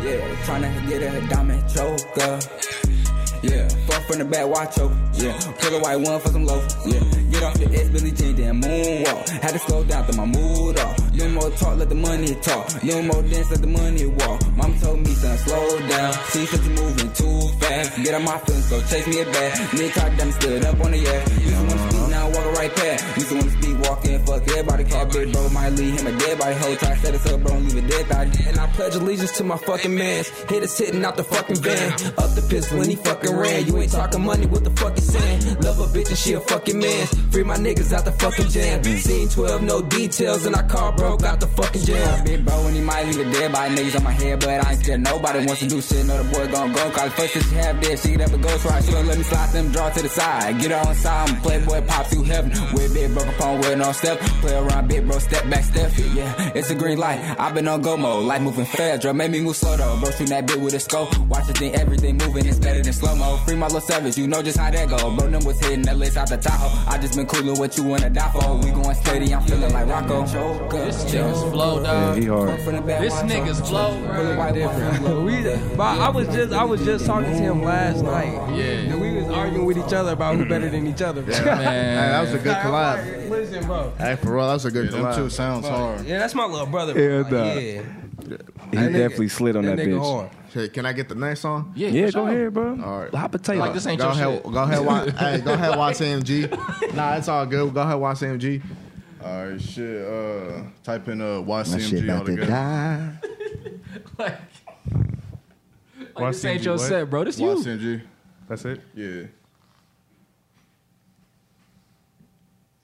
Speaker 3: Yeah, tryna get a diamond choker. Yeah, fuck from the back, watch choke. Yeah, pull a white one for some loaf. Yeah, get off your ass, Billy Jean, then moonwalk. Had to slow down, throw my mood off. Little more talk, let the money talk. Little more dance, let the money walk. Mom told me, son, slow down. See, since you moving too fast. Get on my feelings, go chase me a bag. Nick, I done stood up on the ass. Used to wanna speak, now I walk right past. Used to wanna speak, walk in, fuck everybody. Call big bro, might leave him a dead body. Whole try to set us up, bro, and leave a dead body. And I pledge allegiance to my fucking mans. Hit us hitting out the fucking van. Up the pistol when he fucking ran. You ain't talking money, what the fuck you saying? Love a bitch and she a fucking man. Free my niggas out the fucking jam. Scene 12, no details, and I call broke out the fucking jam. Big bro, and he might leave a dead body. Niggas on my head, but I ain't scared. Nobody wants to do shit. Know the boy gon' go. Cause first that she have dead, she never goes right. She gon' let me slide them, draw to the side. Get her on side, I'm a playboy, pop through heaven. With big bro, upon with no step. Play around, big bro, step back, step. Yeah, it's a green light. i been on go mode, life moving fast. Drum made me move slow though. Bro, shoot that bit with a scope. Watch it, think everything moving is better than slow mo. Free my little service, you know just how that go. Bro, them was hitting the list out the Tahoe. I just been coolin' what you wanna die for. We going steady, I'm feeling like Rocco. This
Speaker 1: nigga's flow, dog.
Speaker 2: He
Speaker 8: Uh,
Speaker 2: hard.
Speaker 1: This nigga's flow, bro.
Speaker 8: we, but I was just I was just talking to him last night.
Speaker 1: Yeah.
Speaker 8: And we was arguing with each other about who better than each other.
Speaker 4: Yeah, Hey, that was a good collab.
Speaker 8: Listen, bro.
Speaker 4: Hey, for real, that was a good
Speaker 6: them
Speaker 4: collab.
Speaker 6: two sounds
Speaker 4: Fuck.
Speaker 6: hard.
Speaker 8: Yeah, that's my little brother.
Speaker 2: Yeah,
Speaker 8: Bro.
Speaker 2: nah.
Speaker 8: Like, yeah.
Speaker 2: He
Speaker 8: That nigga-
Speaker 2: definitely slid on that,
Speaker 8: that nigga
Speaker 2: bitch.
Speaker 8: hard.
Speaker 4: Shit, can I get the next song?
Speaker 1: Yeah,
Speaker 2: Yeah,
Speaker 1: for
Speaker 2: go
Speaker 1: sure.
Speaker 2: ahead, bro.
Speaker 4: All right. Uh,
Speaker 2: Hot potato.
Speaker 1: Like, this ain't
Speaker 4: go
Speaker 1: your
Speaker 4: ahead,
Speaker 1: shit.
Speaker 4: Go ahead, watch, hey, go ahead, watch AMG. Nah, it's all good. Go ahead, watch AMG.
Speaker 6: All right, shit. Uh, type in uh
Speaker 4: My shit
Speaker 6: YCMG
Speaker 4: about to
Speaker 6: altogether.
Speaker 4: die.
Speaker 1: Like,
Speaker 6: Why
Speaker 1: like this
Speaker 6: send
Speaker 1: ain't
Speaker 6: you
Speaker 1: your
Speaker 6: what?
Speaker 1: set, bro. This you.
Speaker 6: YCMG.
Speaker 18: That's it.
Speaker 6: Yeah.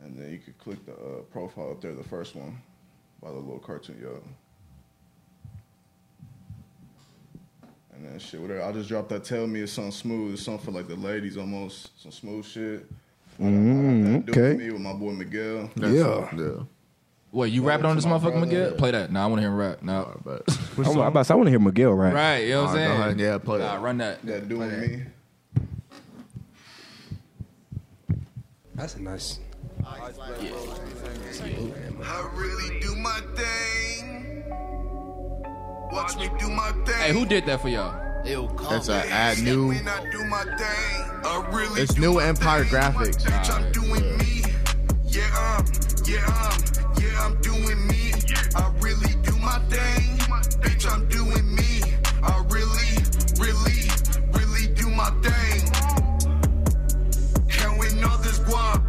Speaker 6: and then you could click the uh, profile up there, the first one, by the little cartoon, yo. And then shit, whatever. I just dropped that. Tell me it's something smooth. It's something for like the ladies, almost some smooth shit.
Speaker 2: Mm,
Speaker 6: Do it for
Speaker 2: okay.
Speaker 6: Me with my boy Miguel.
Speaker 2: Yeah.
Speaker 1: Wait, you rapping on this
Speaker 6: my
Speaker 1: motherfucker,
Speaker 6: brother.
Speaker 1: Miguel? Play that. Nah, I want to hear him rap. No,
Speaker 4: but
Speaker 2: I'm, I'm about to say, I want to hear Miguel right.
Speaker 1: right, you know what I'm
Speaker 4: Alright,
Speaker 1: saying?
Speaker 4: go ahead. Yeah, play
Speaker 1: nah,
Speaker 4: that.
Speaker 1: Run that.
Speaker 6: That doing me.
Speaker 3: That's a nice.
Speaker 19: I really do my thing. Watch me do my thing.
Speaker 1: Hey, who did that for y'all?
Speaker 4: That's a ad new.
Speaker 19: I do my thing. I really
Speaker 4: It's new Empire graphics.
Speaker 19: Yeah, um, yeah, um, yeah, I'm doing me. I really do my thing. Bitch, I'm doing me. I really, really, really do my thing. Counting others guap.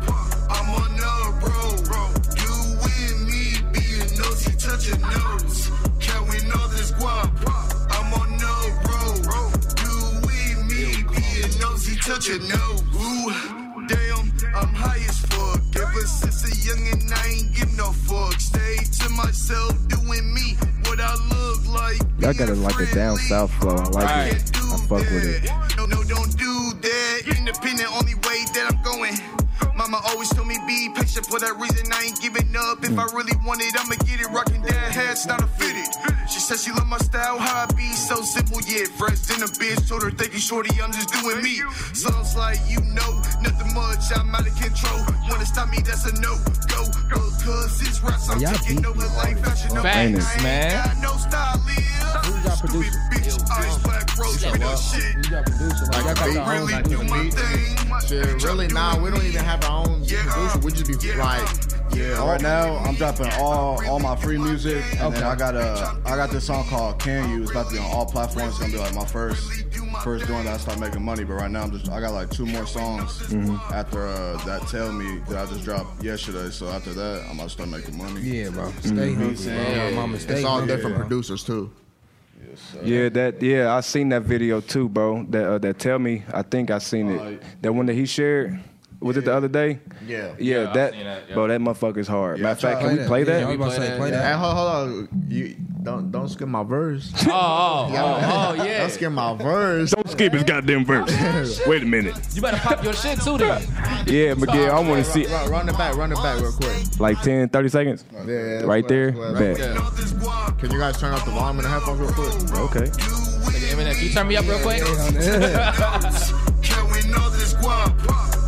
Speaker 19: I'm on the road. Doing me, being nosy, touching nose. Counting others guap. I'm on the road. Doing me, being nosy, touching nose. Ooh. Damn, I'm high as fuck. Ever since a youngin', I ain't give no fuck. Stay to myself, doing me. What I look like,
Speaker 2: Y'all got a, like a down south flow. I like it. I fuck with it.
Speaker 19: no, no, don't do that. Independent, only way that I'm going. Mama always told me be patient for that reason. I ain't giving up. If I really want it, I'ma get it. Rocking that hat's not a fitted. She said she love my style, how I be so simple yet fresh in a bitch. Told her thank you, shorty. I'm just doing me. Sounds like you know nothing much. I'm out of control. Wanna stop me? That's a no go. Go, cause it's raps. I'm
Speaker 3: Y'all
Speaker 19: taking over life fashion. up. I ain't
Speaker 3: Famous, man.
Speaker 19: got no style. Who's
Speaker 3: y'all producer?
Speaker 19: Bitch, ice black rose. We know shit.
Speaker 3: Who's y'all producer? Like, y'all got y'all own
Speaker 4: Like doing beats. Shit, really? Nah, we don't even have our own producer. We just be like, yeah.
Speaker 20: Right now, I'm dropping all all my free music, and then I got a I got this song called "Can You." It's about to be on all platforms. It's gonna be like my first first joint that I start making money. But right now, I'm just I got like two more songs after uh, that. Tell me that I just dropped yesterday. So after that, I'm gonna start making money. Mm-hmm.
Speaker 3: Yeah, bro. Stay hungry, bro. Yeah, mama, stay
Speaker 4: it's all
Speaker 3: hungry,
Speaker 4: different
Speaker 3: bro.
Speaker 4: producers too.
Speaker 2: Yeah, that yeah, I seen that video too, bro. That uh, that tell me, I think I seen it. That one that he shared, was it the other day?
Speaker 4: Yeah.
Speaker 2: yeah,
Speaker 4: Yeah, I
Speaker 2: that,
Speaker 4: seen that, yeah.
Speaker 2: bro, that motherfucker's hard. Matter of fact, can we play that?
Speaker 4: Hey, hold, hold on. You don't don't skip my verse.
Speaker 2: Oh, oh,
Speaker 1: oh, oh, yeah.
Speaker 4: Don't skip my verse.
Speaker 2: Don't skip his goddamn verse. Wait a minute.
Speaker 1: You better pop your shit too, then.
Speaker 2: Yeah, Miguel, I want to see
Speaker 4: Run, run it back. Run it back real quick.
Speaker 2: like 10, 30 seconds.
Speaker 4: Yeah, yeah,
Speaker 2: right there.
Speaker 4: Right
Speaker 2: Bet.
Speaker 4: there. Can you guys turn off the volume and the headphones real quick?
Speaker 2: Okay.
Speaker 1: Nigga, Eminem, can you turn me up real quick?
Speaker 19: Counting others guap.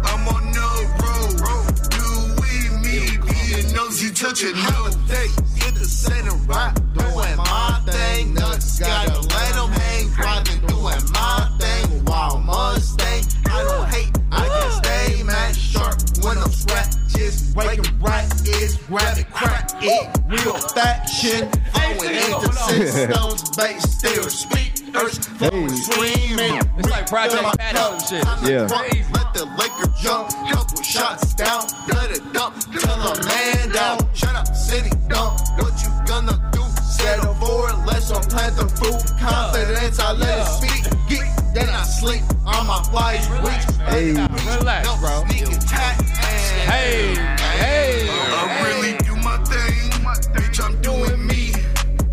Speaker 19: I'm on no road. Doing me, being nosy, touching holiday. Hit the center right, doing my thing. Nuts gotta let 'em hang. Driving, doing my thing. Wild Mustang. I don't hate, I can stay mad. Sharp when I'm scrap. Just breaking right is grab it, crack it. Real faction. Flowing eight to six stones, bass still speak. Earth flowing, swinging. It's like
Speaker 1: Project
Speaker 19: Pat shit.
Speaker 2: Yeah.
Speaker 19: Let the Laker jump, couple shots down, let it dump, tell a man down. Shut up, city dump. What you gonna do? Settle for it, let's not plant the food. Confidence, I let it speak. Get, then I sleep on my flies. Relax,
Speaker 2: hey.
Speaker 19: relax, bro. Sneak attack. Hey,
Speaker 1: hey.
Speaker 19: I really do my thing, bitch. I'm doing me.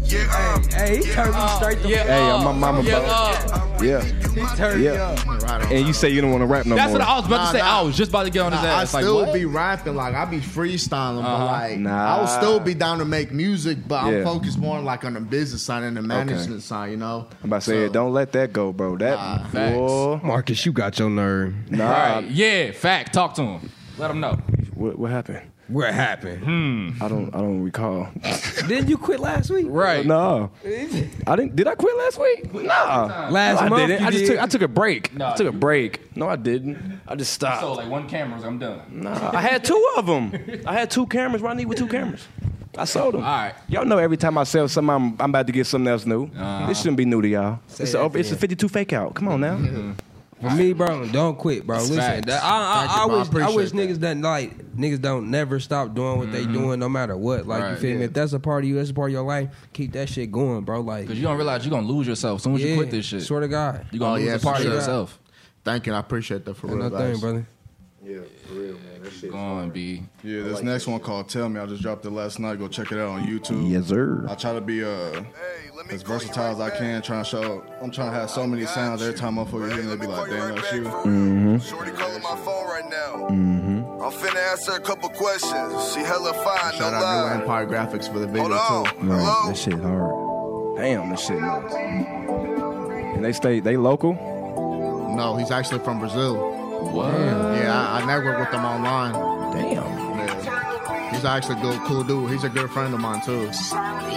Speaker 19: Yeah, I'm.
Speaker 3: Hey, he turned me straight the
Speaker 2: Hey, I'm my mama,
Speaker 1: uh, Yeah,
Speaker 2: bro. Yeah. yeah. And you say you don't want to rap no
Speaker 1: That's
Speaker 2: more.
Speaker 1: what I was about
Speaker 4: Nah,
Speaker 1: to say.
Speaker 4: nah.
Speaker 1: I was just about to get on his
Speaker 4: I, I
Speaker 1: ass. like,
Speaker 4: still
Speaker 1: what?
Speaker 4: be rapping, like I be freestyling,
Speaker 1: Uh-huh.
Speaker 4: but like
Speaker 2: Nah.
Speaker 4: I would still be down to make music, but
Speaker 2: Yeah.
Speaker 4: I'm focused more like on the business side and the management side, you know.
Speaker 2: I'm about to say, don't let that go, bro. That
Speaker 1: facts.
Speaker 2: boy,
Speaker 3: Marcus, you got your nerve.
Speaker 2: nah.
Speaker 1: Right. Yeah, fact. Talk to him. Let him know.
Speaker 2: What, what happened?
Speaker 3: What happened?
Speaker 2: I don't. I don't recall.
Speaker 3: Didn't you quit last week?
Speaker 1: Right.
Speaker 2: no, I didn't. Did I quit last week? No. Nah.
Speaker 3: Last
Speaker 2: I
Speaker 3: month
Speaker 2: Didn't.
Speaker 3: you
Speaker 2: I just
Speaker 3: did.
Speaker 2: took. I took a break.
Speaker 1: Nah,
Speaker 2: I took a
Speaker 1: you-
Speaker 2: break. No, I didn't. I just stopped.
Speaker 1: So, like, one camera, I'm done.
Speaker 2: Nah, I had two of them. I had two cameras. What I need with two cameras? I sold them. All
Speaker 1: right.
Speaker 2: Y'all know every time I sell something, I'm, I'm about to get something else new. This shouldn't be new to y'all. It's
Speaker 3: that
Speaker 2: a, over- it's a
Speaker 3: again.
Speaker 2: 52 fake out. Come on now.
Speaker 3: For me, bro, don't quit, bro.
Speaker 2: That's
Speaker 3: Listen,
Speaker 2: facts.
Speaker 3: that- I, I,
Speaker 2: Thank you,
Speaker 3: I, wish,
Speaker 2: bro. Oh, I
Speaker 3: I,
Speaker 2: appreciate
Speaker 3: wish niggas that like niggas don't never stop doing what they doing, no matter what. Like you
Speaker 1: Right.
Speaker 3: feel me?
Speaker 1: Yeah.
Speaker 3: If that's a part of you, that's a part of your life. Keep that shit going, bro. Like
Speaker 1: Because you don't realize you're going to lose yourself as soon as you quit this shit.
Speaker 3: Swear to God,
Speaker 2: Oh,
Speaker 1: You're going to lose a part of yourself.
Speaker 4: Thank you, I appreciate that for
Speaker 3: Ain't
Speaker 4: real,
Speaker 3: no thing,
Speaker 4: guys.
Speaker 3: brother.
Speaker 6: Yeah, for real, man. That shit's
Speaker 1: Gone, B.
Speaker 6: Yeah, this next one called "Tell Me." I just dropped it last night. Go check it out on YouTube.
Speaker 2: Yes, sir.
Speaker 6: I try to be uh, as versatile as I can. Trying to show, I'm trying to have so many sounds. Every time motherfucker hear me, they be like, "Damn, that's you."
Speaker 4: Mm-hmm.
Speaker 19: Shorty calling my phone right now. I'm finna ask her a couple questions. She hella fine,
Speaker 4: Shout
Speaker 19: no
Speaker 4: out
Speaker 19: lie.
Speaker 4: New Empire Graphics for the video
Speaker 19: on.
Speaker 4: too.
Speaker 2: Man, that shit hard. Damn, that shit nice. And they stay, they local.
Speaker 4: No, he's actually from Brazil.
Speaker 2: What?
Speaker 4: Yeah, I, I network with him online.
Speaker 2: Damn.
Speaker 4: Yeah. He's actually a good, cool dude. He's a good friend of mine too.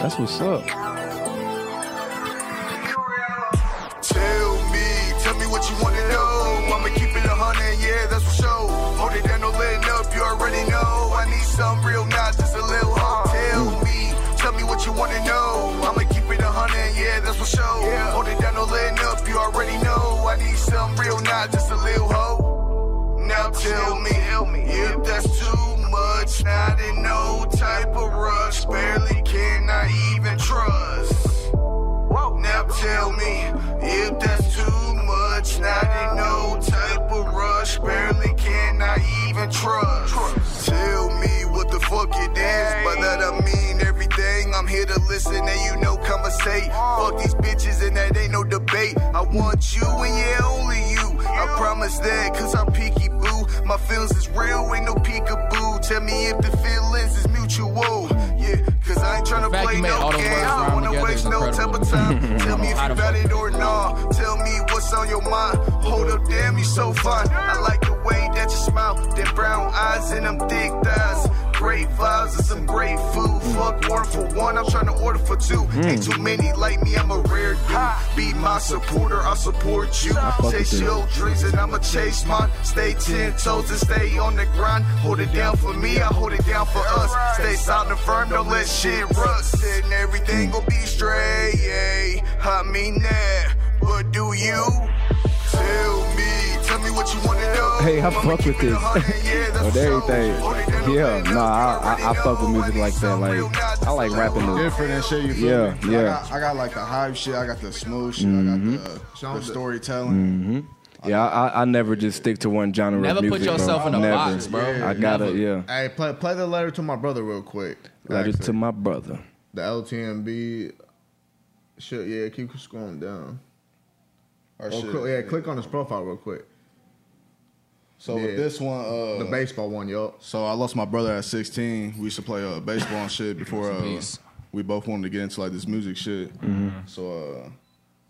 Speaker 2: That's what's up.
Speaker 19: Tell me, tell me what you wanna know. I'ma keep it a hundred, yeah, that's for sure. Hold it down, no letting up, you already know. I need some real, not just a little huh? Tell me, tell me what you wanna know. I'ma keep it a hundred, yeah, that's for sure. Hold it down, no letting up, you already know. I need some real, not just a little hoe. Now tell me, if that's too much, not in no type of rush. Barely can I even trust. Now tell me if that's too much. Not in no type of rush. Barely can I even trust. Tell me what the fuck it is. By that I mean everything. I'm here to listen and you know conversate. Fuck these bitches and that ain't no debate. I want you and yeah, only you. I promise that cause I'm peaky boo. My feelings is real, ain't no peekaboo. Tell me if the feelings is mutual. Yeah, cause I ain't tryna
Speaker 1: fact
Speaker 19: play
Speaker 1: you made
Speaker 19: no
Speaker 1: all them
Speaker 19: games.
Speaker 1: words
Speaker 19: I
Speaker 1: rhyme
Speaker 19: don't wanna
Speaker 1: together is
Speaker 19: waste no type
Speaker 1: incredible.
Speaker 19: of time. Tell me if
Speaker 1: How
Speaker 19: you
Speaker 1: the
Speaker 19: got it or nah. Tell me what's on your mind. Hold up, damn, you so fine. I like the way that you smile. Them brown eyes and them thick thighs. Great vibes and some great food. Fuck one for one, I'm tryna order for two.
Speaker 1: Hmm.
Speaker 19: Ain't too many like me, I'm a rare dude. Be my supporter, I support you.
Speaker 2: fuck with
Speaker 19: Chase
Speaker 2: you.
Speaker 19: your dreams and I'ma chase mine. Stay ten toes and stay on the grind. Hold it down for me, I hold it down for us. Stay solid and firm, don't let shit rust. And everything gon' be straight, yeah. I mean that, but do you? Tell me, tell me what you wanna know.
Speaker 2: Hey, I fuck with this. With everything. Yeah, nah, I, I, I fuck with music like that. Like, I like rapping. the-
Speaker 20: Different and shit. You feel
Speaker 2: Yeah,
Speaker 20: me?
Speaker 2: yeah.
Speaker 20: I got,
Speaker 2: Mm-hmm.
Speaker 20: I got like the hype shit. I got the smooth shit. I got the, the storytelling.
Speaker 2: hmm Yeah, I, I, I never just stick to one genre.
Speaker 4: Never
Speaker 2: of
Speaker 4: put
Speaker 2: music,
Speaker 4: yourself
Speaker 2: bro.
Speaker 4: in a
Speaker 2: never.
Speaker 4: box, bro.
Speaker 2: I gotta,
Speaker 4: Never.
Speaker 2: yeah.
Speaker 4: Hey, play play the letter to my brother real quick.
Speaker 2: Letter
Speaker 4: Actually,
Speaker 2: to my brother.
Speaker 4: the LTMB. Shit, yeah, keep scrolling down.
Speaker 6: Our
Speaker 4: Or
Speaker 6: shit,
Speaker 4: cl- yeah, click on his profile real quick.
Speaker 6: So with this one, uh,
Speaker 4: the baseball one, y'all.
Speaker 6: So I lost my brother at 16. We used to play uh, baseball and shit before uh, we both wanted to get into like this music shit.
Speaker 4: Mhm.
Speaker 6: So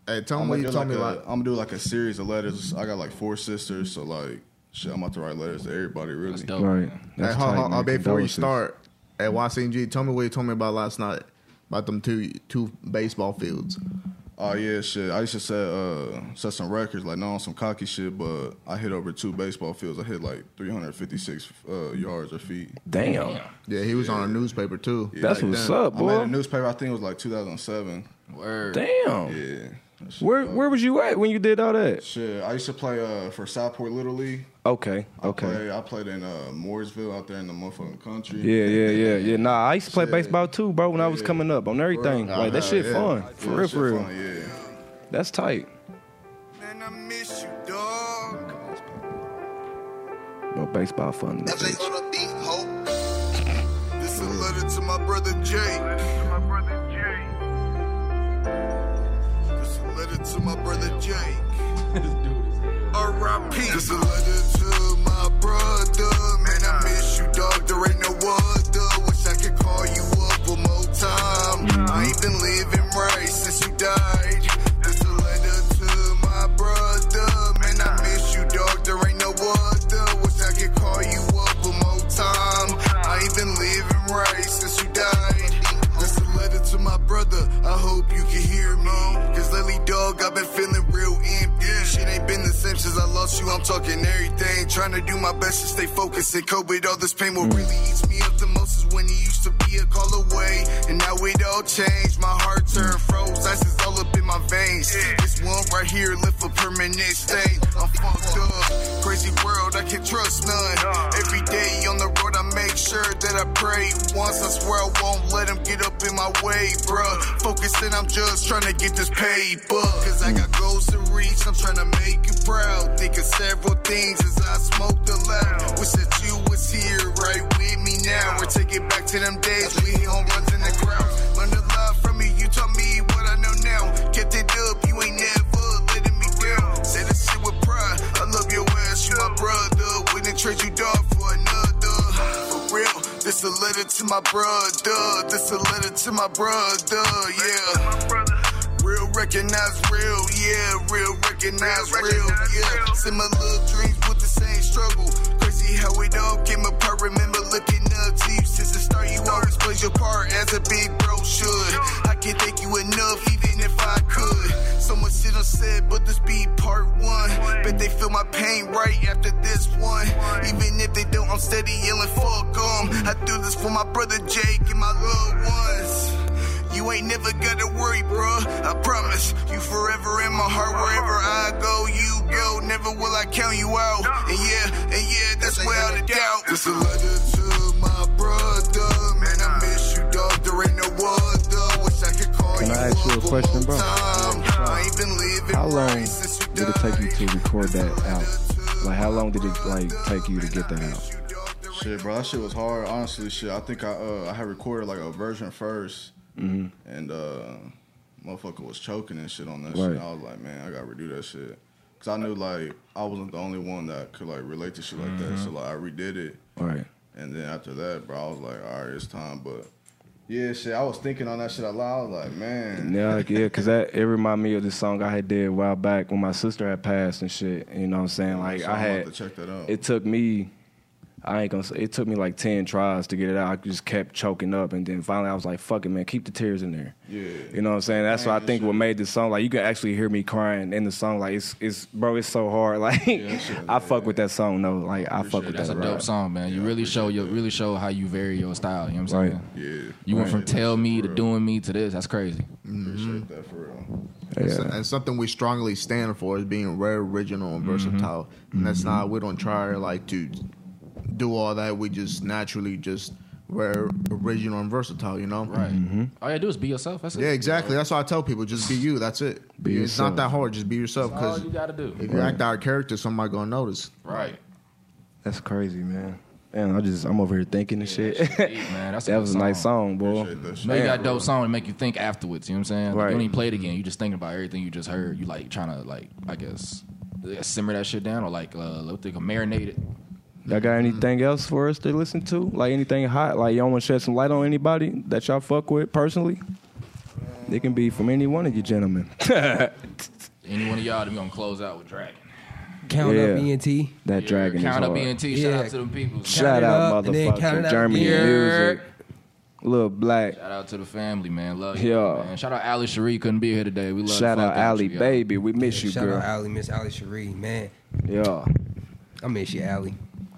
Speaker 6: uh,
Speaker 4: hey, tell me what you
Speaker 6: like
Speaker 4: told me,
Speaker 6: a-
Speaker 4: like-
Speaker 6: I'm gonna do like a series of letters. I got like four sisters, so like shit, I'm about to write letters to everybody. Really,
Speaker 2: Right.
Speaker 4: Hey, hold, hold, hold, before you start, at YCNG, tell me what you told me about last night about them two two baseball fields.
Speaker 6: Oh yeah, shit. I used to set uh set some records, like not on some cocky shit, but I hit over two baseball fields. I hit like 356 uh, yards or feet.
Speaker 2: Damn.
Speaker 4: Yeah, he was on a newspaper too.
Speaker 6: Yeah,
Speaker 2: That's
Speaker 6: like
Speaker 2: what's
Speaker 6: that.
Speaker 2: up,
Speaker 6: I made
Speaker 2: boy.
Speaker 6: a newspaper. I think it was like 2007. Word.
Speaker 2: Damn.
Speaker 6: Yeah.
Speaker 2: Where Where was you at when you did all that?
Speaker 6: Shit, I used to play uh, for Southport Little League.
Speaker 2: Okay.
Speaker 6: I
Speaker 2: Okay.
Speaker 6: played, I played in uh, Mooresville out there in the motherfucking country.
Speaker 2: Yeah, yeah, yeah, yeah. Nah, I used to play
Speaker 6: Shit.
Speaker 2: baseball too, bro. When I was coming up on everything,
Speaker 6: Nah,
Speaker 2: like that
Speaker 6: nah,
Speaker 2: shit
Speaker 6: yeah.
Speaker 2: fun
Speaker 6: Yeah,
Speaker 2: for real,
Speaker 6: shit
Speaker 2: for real.
Speaker 6: fun, yeah.
Speaker 2: That's tight. But baseball fun.
Speaker 19: That ain't on the beat, ho. This a letter to my brother Jay. This a letter to my brother Jake. R.I.P. This a letter to my brother. Man, I miss you, dog. There ain't no other. Wish I could call you up one more time. I ain't been living right since you died. This a letter to my brother. Man, I miss you, dog. There ain't no other. Wish I could call you up one more time. I ain't been living right since you died. This a letter to my brother. I hope you can hear me. Cause lately, dog, I've been feeling real empty. Shit ain't been the same since I lost you. I'm talking everything. Trying to do my best to stay focused and cope with all this pain.
Speaker 2: Mm.
Speaker 19: What really eats me up the most is when you used to be a call away. And now it all changed. My heart turned froze. Ice is all up in my veins. This one right here left a permanent stain. I'm fucked up. Crazy world, I can't trust none. Every day on the road, I make sure that I pray. Once I swear I won't let them get up in my way, bruh. Focusing, I'm just trying to get this paper. Cause I got goals to reach, I'm trying to make it proud, thinking several things as I smoked aloud. Wish that you was here right with me now. We're taking back to them days we hit home runs in the crowd. Learned a lot from you, you taught me what I know now. Kept it up, you ain't never letting me down. Say that shit with pride, I love your ass, you my brother. Wouldn't trade you dog for another. For real, this a letter to my brother. This a letter to my brother, yeah. Real recognize real, yeah. Real recognize real, yeah. Similar dreams with the same struggle. Crazy how it all came apart. Remember looking up to you since the start. You always played your part as a big bro should. I can't thank you enough, even if I could. So much shit unsaid, but this be part one. Bet they feel my pain right after this one. Even if they don't, I'm steady yelling, fuck 'em. I do this for my brother Jake and my loved ones. You ain't never gotta worry, bruh. I promise you forever in my heart. Wherever I go, you go. Never will I count you out. And yeah, and yeah, that's without a doubt. It's a letter to my brother. Man, I miss you, dog. There ain't no other. Wish I could call
Speaker 2: Can
Speaker 19: you
Speaker 2: I ask you a
Speaker 19: up one
Speaker 2: question, bro?
Speaker 19: more time. I ain't been living
Speaker 2: How long did it take you to record that out? Like, how long did it like take you to get that out?
Speaker 6: Shit, bro, that shit was hard. Honestly, shit, I think I uh, I had recorded like a version 1st
Speaker 2: Mhm.
Speaker 6: and uh, motherfucker was choking and shit on that
Speaker 2: Right.
Speaker 6: shit. I was like, man, I gotta redo that shit, cause I knew like I wasn't the only one that could like relate to shit like that.
Speaker 2: Mhm.
Speaker 6: So like I redid it,
Speaker 2: Right.
Speaker 6: and then after that, bro, I was like, all right, it's time. But yeah, shit, I was thinking on that shit out loud. I was like, man,
Speaker 2: Yeah, like, yeah, cause that it reminded me of this song I had did a while back when my sister had passed and shit. You know what I'm saying? Like
Speaker 6: So
Speaker 2: I
Speaker 6: I'm
Speaker 2: had
Speaker 6: about to check that out.
Speaker 2: It took me, I ain't gonna say, it took me like 10 tries to get it out. I just kept choking up. And then finally I was like, fuck it, man, keep the tears in there.
Speaker 6: Yeah.
Speaker 2: You know what I'm saying? That's what I think what made this song. Like, you can actually hear me crying in the song. Like, it's, it's bro, it's so hard. Like, I fuck with that song, though. Like, I fuck with
Speaker 1: That's a
Speaker 2: that
Speaker 1: dope
Speaker 2: rap.
Speaker 1: song, man. You really show your really show how you vary your style. You know what I'm
Speaker 2: Right.
Speaker 1: saying?
Speaker 6: Yeah.
Speaker 1: You went
Speaker 2: Right.
Speaker 1: from tell me to doing me to this. That's crazy.
Speaker 2: Mm-hmm.
Speaker 6: Appreciate that for real.
Speaker 4: It's- And something we strongly stand for is being rare, original, and versatile. And that's not we don't try like to do all that. We just naturally just rare, original, and versatile. You know, right?
Speaker 2: Mm-hmm.
Speaker 1: All you gotta do is be yourself. That's it.
Speaker 4: Yeah, exactly. That's what I tell people. Just be you. That's it.
Speaker 1: Be
Speaker 4: it's
Speaker 1: yourself.
Speaker 4: not that hard. Just be yourself.
Speaker 1: That's all
Speaker 4: Because
Speaker 1: you gotta do.
Speaker 4: If you
Speaker 2: Right.
Speaker 4: act out of character, somebody gonna notice.
Speaker 1: Right.
Speaker 2: That's crazy, man. Man, I just, I'm over here thinking and shit.
Speaker 1: man. That's a
Speaker 2: that
Speaker 1: good
Speaker 2: was a nice song, boy.
Speaker 1: No, you
Speaker 2: Man,
Speaker 1: got a dope song to make you think afterwards. You know what I'm saying? Like,
Speaker 2: Right.
Speaker 1: You don't even play it again. You just thinking about everything you just heard. You like trying to like, I guess, simmer that shit down or like, uh, what they call marinate it.
Speaker 2: Y'all got anything else for us to listen to? Like anything hot? Like y'all want to shed some light on anybody that y'all fuck with personally? It can be from any one of you gentlemen.
Speaker 1: Any one of y'all, then we gonna close out with Dragon.
Speaker 3: Count
Speaker 2: Yeah.
Speaker 3: up E ENT.
Speaker 2: That dragon
Speaker 1: Count
Speaker 2: is
Speaker 1: up
Speaker 2: hard.
Speaker 1: BNT. Shout out to them people.
Speaker 2: Shout out,
Speaker 3: and then count it
Speaker 2: motherfucker.
Speaker 3: out
Speaker 2: German
Speaker 3: again.
Speaker 2: music. Little black.
Speaker 1: Shout out to the family, man. Love you,
Speaker 2: Yeah.
Speaker 1: man. Shout out Ali Sheree couldn't be here today. We love.
Speaker 2: Shout
Speaker 1: the
Speaker 2: out
Speaker 1: fuck out
Speaker 2: Allie,
Speaker 1: you, y'all.
Speaker 2: baby. We miss you,
Speaker 3: Shout
Speaker 2: girl.
Speaker 3: out Allie, Miss Allie Cherie, man.
Speaker 2: Yeah.
Speaker 3: I miss you, Allie.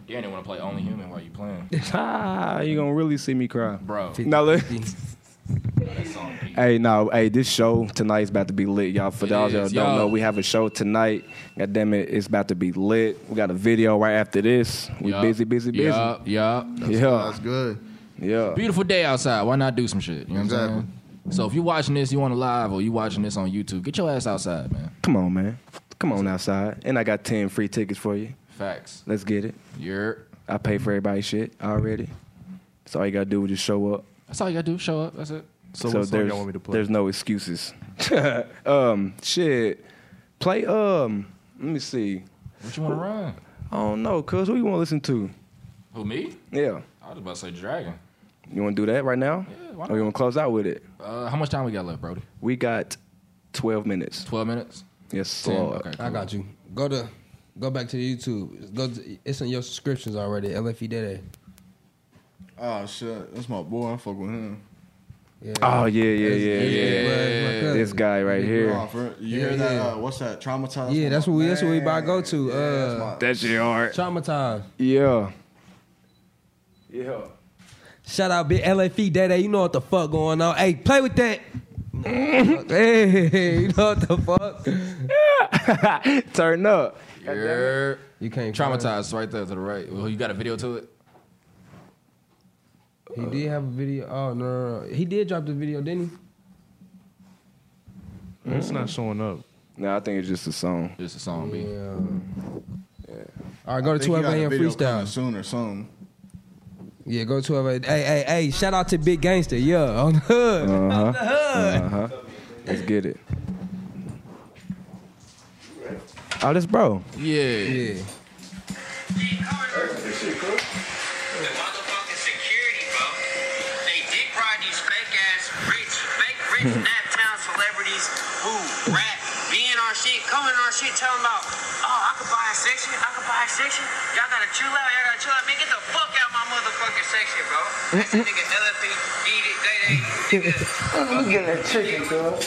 Speaker 1: You ain't want to play Only Human while you playing,
Speaker 2: Ah, you gonna really see me cry,
Speaker 1: bro.
Speaker 2: Now look.
Speaker 1: That song peak.
Speaker 2: Hey, no, hey, this show tonight's about to be lit, y'all. For
Speaker 1: It
Speaker 2: those y'all
Speaker 1: is,
Speaker 2: don't
Speaker 1: y'all.
Speaker 2: know, we have a show tonight. God damn it, it's about to be lit. We got a video right after this. We
Speaker 1: Yup.
Speaker 2: busy, busy, busy.
Speaker 1: Yup, yup.
Speaker 2: yeah,
Speaker 4: That's good.
Speaker 2: yeah.
Speaker 1: Beautiful day outside. Why not do some shit? You know what
Speaker 4: Exactly.
Speaker 1: I'm saying? So if you're watching this, you on a live or you watching this on YouTube, get your ass outside, man.
Speaker 2: Come on, man. Come on outside. And I got 10 free tickets for you.
Speaker 1: Facts.
Speaker 2: Let's get it.
Speaker 1: You're.
Speaker 2: I pay for everybody's shit already. So all you gotta do is just show up.
Speaker 1: That's all you gotta do. Show up. That's it.
Speaker 2: there's, there's no excuses. um, shit. Play, um, let me see.
Speaker 1: What you want to run?
Speaker 2: I don't know, cuz who you wanna listen to?
Speaker 1: Who me?
Speaker 2: Yeah.
Speaker 1: I was about to say Dragon.
Speaker 2: You wanna do that right now?
Speaker 1: Yeah, why
Speaker 2: Or you
Speaker 1: not?
Speaker 2: wanna close out with it?
Speaker 1: Uh, how much time we got left, Brody?
Speaker 2: We got 12 minutes.
Speaker 1: Twelve minutes.
Speaker 2: Yes,
Speaker 1: Ten,
Speaker 2: Lord.
Speaker 1: okay.
Speaker 3: I got you. Go to go back to the YouTube. Go to, it's in your subscriptions already. E LFE Dede.
Speaker 6: Oh shit, that's my boy. I fuck with him.
Speaker 3: Yeah.
Speaker 2: Oh, yeah, yeah,
Speaker 3: That's-
Speaker 2: yeah,
Speaker 3: that's-
Speaker 2: yeah.
Speaker 3: that's my cousin.
Speaker 2: This guy right
Speaker 6: Nah,
Speaker 2: here.
Speaker 6: for- you
Speaker 3: Yeah,
Speaker 6: hear that?
Speaker 3: yeah.
Speaker 6: Uh, what's that? Traumatized.
Speaker 3: Yeah, that's what we that's what we about to go to.
Speaker 6: that's
Speaker 3: Uh
Speaker 6: my-
Speaker 2: That shit hard.
Speaker 3: traumatized.
Speaker 2: Yeah. Yeah.
Speaker 3: Shout out big LFE Dede. You know what the fuck going on. Hey, play with that. hey, you know what the fuck?
Speaker 2: Turn up.
Speaker 1: You're
Speaker 3: You can't
Speaker 1: traumatized right there to the right. Well, you got a video to it?
Speaker 3: He did have a video. Oh no, no, no. he did drop the video, didn't he?
Speaker 21: It's not showing up.
Speaker 2: No, I think it's just a song.
Speaker 1: Just a song, B.
Speaker 2: Yeah.
Speaker 3: All right, go to 12 a.m. freestyle.
Speaker 6: soon or something.
Speaker 3: Yeah, go to a. Hey, hey, hey! Shout out to Big Gangster. Yeah, on the hood.
Speaker 2: Uh
Speaker 3: On the hood.
Speaker 2: huh. Uh huh. Let's get it. Oh, this bro.
Speaker 1: Yeah.
Speaker 3: Yeah.
Speaker 21: They dick ride these fake ass rich, fake rich nap town celebrities who rap, be in our shit, come in our shit, tell them about, oh, I could buy a section, I could buy a section. Y'all gotta chill out, y'all gotta chill out. Man, get the fuck out my motherfucking section, bro. This nigga LFP, eat it, they, they,
Speaker 22: I'm getting that chicken, girl.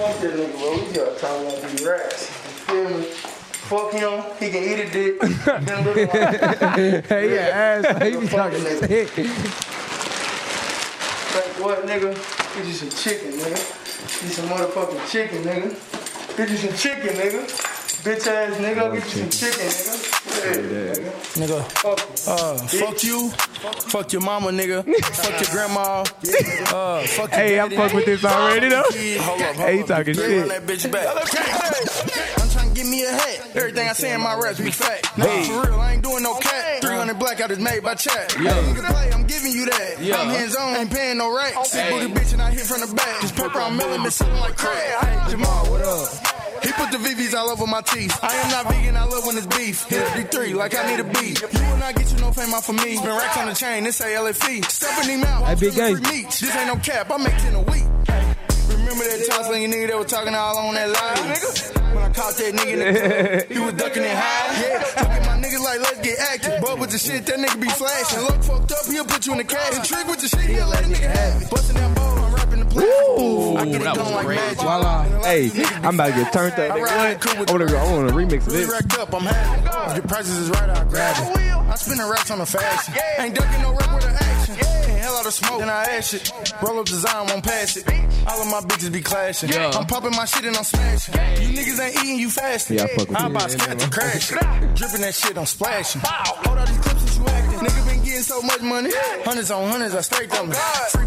Speaker 22: Fuck that nigga, bro. We gotta talk about these rats. You feel me? Fuck him. He can eat a dick. Then look like-
Speaker 3: Hey, yeah, ass. He be talking
Speaker 22: Like what, nigga? Get you some chicken, nigga. Get some motherfucking chicken, nigga. Get you some chicken, nigga. Bitch ass nigga, I'll get you some chicken, nigga. Yeah,
Speaker 21: Nigga, uh, fuck you, fuck your mama, nigga, fuck your grandma, uh, fuck your
Speaker 2: Hey, I
Speaker 21: daddy.
Speaker 2: fuck with this already, though.
Speaker 21: Hold up, hold
Speaker 2: Hey, he
Speaker 21: up.
Speaker 2: talking
Speaker 21: Run
Speaker 2: shit.
Speaker 21: that bitch back. I'm trying to get me a hat. Everything I say in my raps be fact.
Speaker 2: Hey.
Speaker 21: Nah, for real, I ain't doing no cat. 300 black out is made by chat.
Speaker 2: Yeah.
Speaker 21: Hey, nigga, play, I'm giving you that.
Speaker 2: Yeah.
Speaker 21: I'm hands on, ain't paying no rent. Six
Speaker 2: Hey.
Speaker 21: booty bitch and I hit from the back. This paper I'm milling is something like crack. Hey, Jamal, what up? He put the VVs all over my teeth. I am not vegan, I love when it's beef. Hit a D3 like I need a beat. You will not get you no fame out for me. Been racks on the chain, this say LFE. E. Stepping him out,
Speaker 3: Hey,
Speaker 21: I'm
Speaker 3: Big
Speaker 21: feeling
Speaker 3: Gang.
Speaker 21: free meat. This ain't no cap, I make 10 a week. Remember that Charles Lane nigga that was talking all on that live, nigga? When I caught that nigga in the club, he was ducking it high. Yeah, talking my niggas like, let's get active. But with the shit, that nigga be flashing. Look fucked up, he'll put you in the cash. And trick with the shit, he'll let a nigga have it. Busting that ball, I'm rapping the
Speaker 2: Ooh,
Speaker 21: I get it
Speaker 2: that was
Speaker 21: going like
Speaker 2: crazy.
Speaker 21: magic.
Speaker 2: Hey, I'm about to get turned up. What? I want to I want to remix
Speaker 21: Really
Speaker 2: this.
Speaker 21: racked up, I'm happy. If your prices is right, I grab it. I spin the racks on the fashion. Ain't ducking no rap with the action. Hell out of smoke, then I ash it. Roll up design, won't pass it. All of my bitches be clashing.
Speaker 2: Yeah.
Speaker 21: I'm popping my shit and I'm smashing. You niggas ain't eating, you fasting.
Speaker 2: Yeah, I fuck with
Speaker 21: I'm
Speaker 2: you.
Speaker 21: about to catch a crash. Dripping that shit, I'm splashing. Hold all these clips that you acting. Nigga been getting so much money. Hundreds on hundreds, I straight them. Free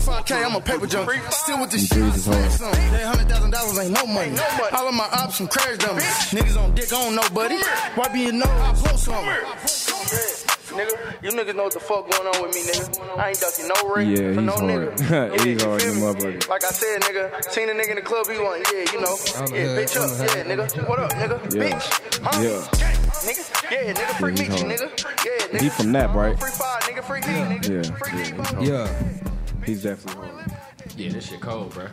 Speaker 2: Oh,
Speaker 21: 5K, I'm a paper jump. Still with the shit. I
Speaker 2: Jesus, hard.
Speaker 21: smash some. That hundred thousand dollars ain't no money. All of my ops some crash dummies. Niggas on dick, I don't know, buddy. Why be you know I blow some?
Speaker 22: Nigga, you niggas know what the fuck going on with me, nigga. I ain't ducking no rape
Speaker 2: Yeah,
Speaker 22: for
Speaker 2: he's
Speaker 22: no
Speaker 2: hard.
Speaker 22: nigga.
Speaker 2: he's hard in the motherfucker.
Speaker 22: Like I said, nigga, seen a nigga in the club, he want, yeah, you know.
Speaker 2: I'm the
Speaker 22: Yeah,
Speaker 2: hood,
Speaker 22: bitch
Speaker 2: I'm
Speaker 22: up,
Speaker 2: the hood.
Speaker 22: yeah, nigga. What up, nigga?
Speaker 2: Yeah.
Speaker 22: Bitch, huh?
Speaker 2: Yeah.
Speaker 22: Nigga, yeah, nigga, free
Speaker 2: Yeah, he's
Speaker 22: meet you,
Speaker 2: hard.
Speaker 22: nigga. Yeah, nigga.
Speaker 2: He from that, right?
Speaker 22: Free five, nigga, free heat, nigga.
Speaker 2: Yeah, yeah, he's, hard.
Speaker 3: Yeah.
Speaker 2: he's definitely hard.
Speaker 1: Yeah, this shit cold, bro.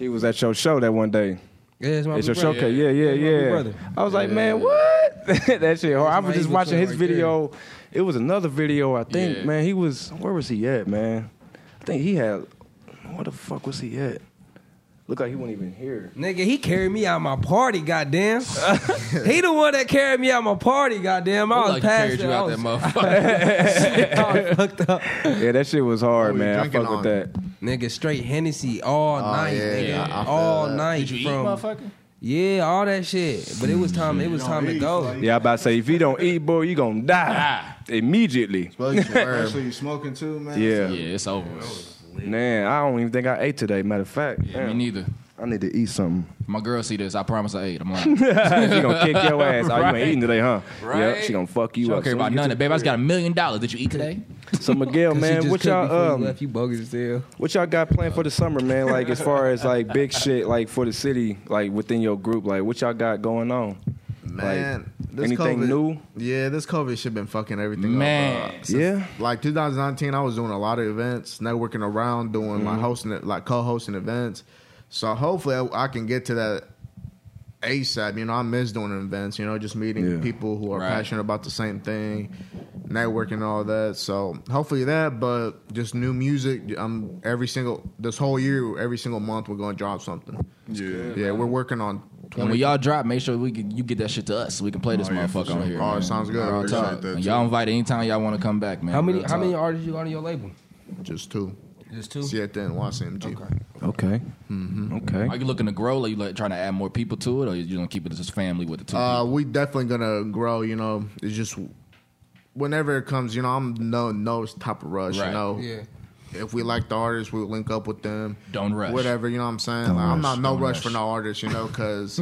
Speaker 2: He was at your show that one day.
Speaker 3: Yeah, it's my
Speaker 2: It's
Speaker 3: big
Speaker 2: your
Speaker 3: brother.
Speaker 2: showcase. Yeah, yeah,
Speaker 3: That's my big
Speaker 2: yeah.
Speaker 3: brother.
Speaker 2: I was like, man, what? that shit hard. I
Speaker 3: my
Speaker 2: was just
Speaker 3: Eagle
Speaker 2: watching
Speaker 3: Clip
Speaker 2: his
Speaker 3: right
Speaker 2: video. It was another video, I think.
Speaker 3: Yeah.
Speaker 2: Man, he was where was he at, man? I think he had where the fuck was he at? Look like he wasn't even here.
Speaker 3: Nigga, he carried me out my party, goddamn. he the one that carried me out my party, goddamn. I
Speaker 1: Look
Speaker 3: was
Speaker 1: like he
Speaker 3: passed
Speaker 1: carried you
Speaker 3: out.
Speaker 1: out
Speaker 3: I
Speaker 1: that
Speaker 3: was-
Speaker 1: motherfucker.
Speaker 2: Yeah, that shit was hard,
Speaker 22: Oh,
Speaker 3: What were you
Speaker 2: man. I
Speaker 3: drinking
Speaker 2: fuck with
Speaker 3: on?
Speaker 2: that.
Speaker 3: Nigga, straight Hennessy all night,
Speaker 2: Oh, yeah,
Speaker 3: nigga.
Speaker 2: yeah, I- I feel
Speaker 3: all
Speaker 2: that.
Speaker 3: night.
Speaker 1: Did you eat,
Speaker 3: from,
Speaker 1: motherfucker?
Speaker 3: Yeah, all that shit. But it was time. It was time to go.
Speaker 2: Yeah, I about to say if you don't eat, boy, you gonna die immediately.
Speaker 6: Especially you smoking too, man.
Speaker 2: Yeah.
Speaker 1: it's over.
Speaker 2: Man, I don't even think I ate today. Matter of fact,
Speaker 1: Yeah, me
Speaker 2: damn.
Speaker 1: neither.
Speaker 2: I need to eat something.
Speaker 1: My girl see this. I promise I ate. I'm like,
Speaker 2: she gonna kick your ass. Oh, you ain't eating today, huh?
Speaker 1: Right.
Speaker 2: Yep, she gonna fuck you
Speaker 1: She don't
Speaker 2: up.
Speaker 1: care
Speaker 2: Soon
Speaker 1: about
Speaker 2: you get
Speaker 1: none
Speaker 2: to
Speaker 1: of it, babe. I just got a million dollars. Did you eat today?
Speaker 2: So Miguel, man, what y'all um,
Speaker 3: left you bogus as hell.
Speaker 2: what y'all got planned for the summer, man? Like as far as like big shit, like for the city, like within your group, like what y'all got going on?
Speaker 4: Man,
Speaker 2: like,
Speaker 4: this
Speaker 2: anything
Speaker 4: COVID,
Speaker 2: new?
Speaker 4: Yeah, this COVID shit been fucking everything
Speaker 2: Man.
Speaker 4: up. uh, since,
Speaker 2: Yeah.
Speaker 4: Like 2019, I was doing a lot of events, networking around, doing like
Speaker 2: Mhm.
Speaker 4: hosting, it, like co-hosting events. So hopefully, I, I can get to that ASAP. You know, I miss doing events. You know, just meeting
Speaker 2: Yeah.
Speaker 4: people who are
Speaker 2: Right.
Speaker 4: passionate about the same thing, networking, and all that. So hopefully that, but just new music. I'm every single this whole year, every single month, we're going to drop something. Yeah, yeah, we're working on.
Speaker 1: And when y'all drop, make sure we can, you get that shit to us so we can play this motherfucker on here.
Speaker 4: Oh,
Speaker 1: man.
Speaker 4: it sounds good. I
Speaker 1: Real
Speaker 4: appreciate
Speaker 1: talk.
Speaker 4: that,
Speaker 1: And
Speaker 4: too.
Speaker 1: Y'all invited anytime y'all want to come back, man.
Speaker 3: How many
Speaker 1: Real
Speaker 3: how
Speaker 1: talk.
Speaker 3: many artists you got on your label?
Speaker 4: Just two.
Speaker 3: Just two.
Speaker 4: Siete and YCMG. Okay.
Speaker 2: Okay.
Speaker 1: Mm-hmm.
Speaker 2: Okay.
Speaker 1: Are you looking to grow? Are you like trying to add more people to it, or you gonna keep it as just family with the two?
Speaker 4: Uh, we definitely gonna grow. You know, it's just whenever it comes. You know, I'm no no type of rush.
Speaker 1: Right.
Speaker 4: You know,
Speaker 1: Yeah.
Speaker 4: If we like the artist, we'll link up with them.
Speaker 1: Don't rush.
Speaker 4: Whatever. You know what I'm saying?
Speaker 1: Don't
Speaker 4: Like, I'm
Speaker 1: rush,
Speaker 4: not no
Speaker 1: don't
Speaker 4: rush,
Speaker 1: rush.
Speaker 4: for no artist. You know, because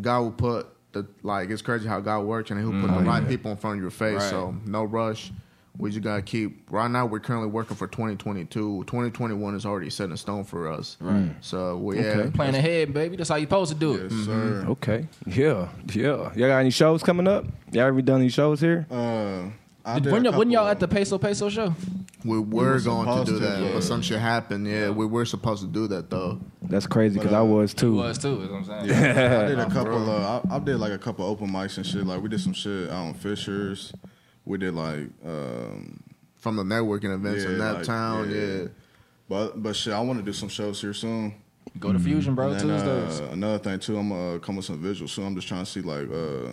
Speaker 4: God will put the like it's crazy how God works and He'll put
Speaker 23: Mm.
Speaker 1: Mm-hmm.
Speaker 4: the
Speaker 23: Oh,
Speaker 4: right
Speaker 23: yeah.
Speaker 4: people in front of your face.
Speaker 23: Right.
Speaker 4: So no rush. We just gotta keep. Right now, we're currently working for 2022. 2021 is already set in stone for us.
Speaker 2: Right.
Speaker 4: So we
Speaker 2: Okay.
Speaker 4: yeah,
Speaker 1: Plan ahead, baby. That's how you supposed to do it.
Speaker 2: Mhm. Okay. Yeah. Yeah. Y'all got any shows coming up? Y'all ever done any shows here?
Speaker 6: Uh,
Speaker 1: Did- when, y- when y'all at the Peso Peso show?
Speaker 4: we were
Speaker 1: were
Speaker 4: going to do
Speaker 1: supposed to,
Speaker 4: that,
Speaker 1: yeah.
Speaker 4: but some shit happened. Yeah, we were supposed to do that though.
Speaker 2: That's crazy because I was too.
Speaker 1: too. Is what I'm saying.
Speaker 6: Yeah, I did a couple. Uh, I, I did like a couple open mics and shit. Like we did some shit out on Fishers. We did like um,
Speaker 4: from the networking events in that town, yeah.
Speaker 6: But but shit, I want to do some shows here soon.
Speaker 1: Go to Fusion, bro,
Speaker 6: And then, uh,
Speaker 1: Tuesdays.
Speaker 6: another thing too, I'm gonna uh, come with some visuals soon. I'm just trying to see like uh,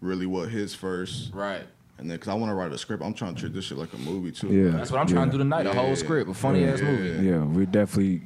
Speaker 6: really what hits first,
Speaker 1: right?
Speaker 6: And then because I want to write a script, I'm trying to treat this shit like a movie too.
Speaker 2: Yeah. That's what I'm trying to do
Speaker 1: tonight, a whole script, a funny-ass
Speaker 6: Yeah.
Speaker 1: movie.
Speaker 2: Yeah, we're definitely,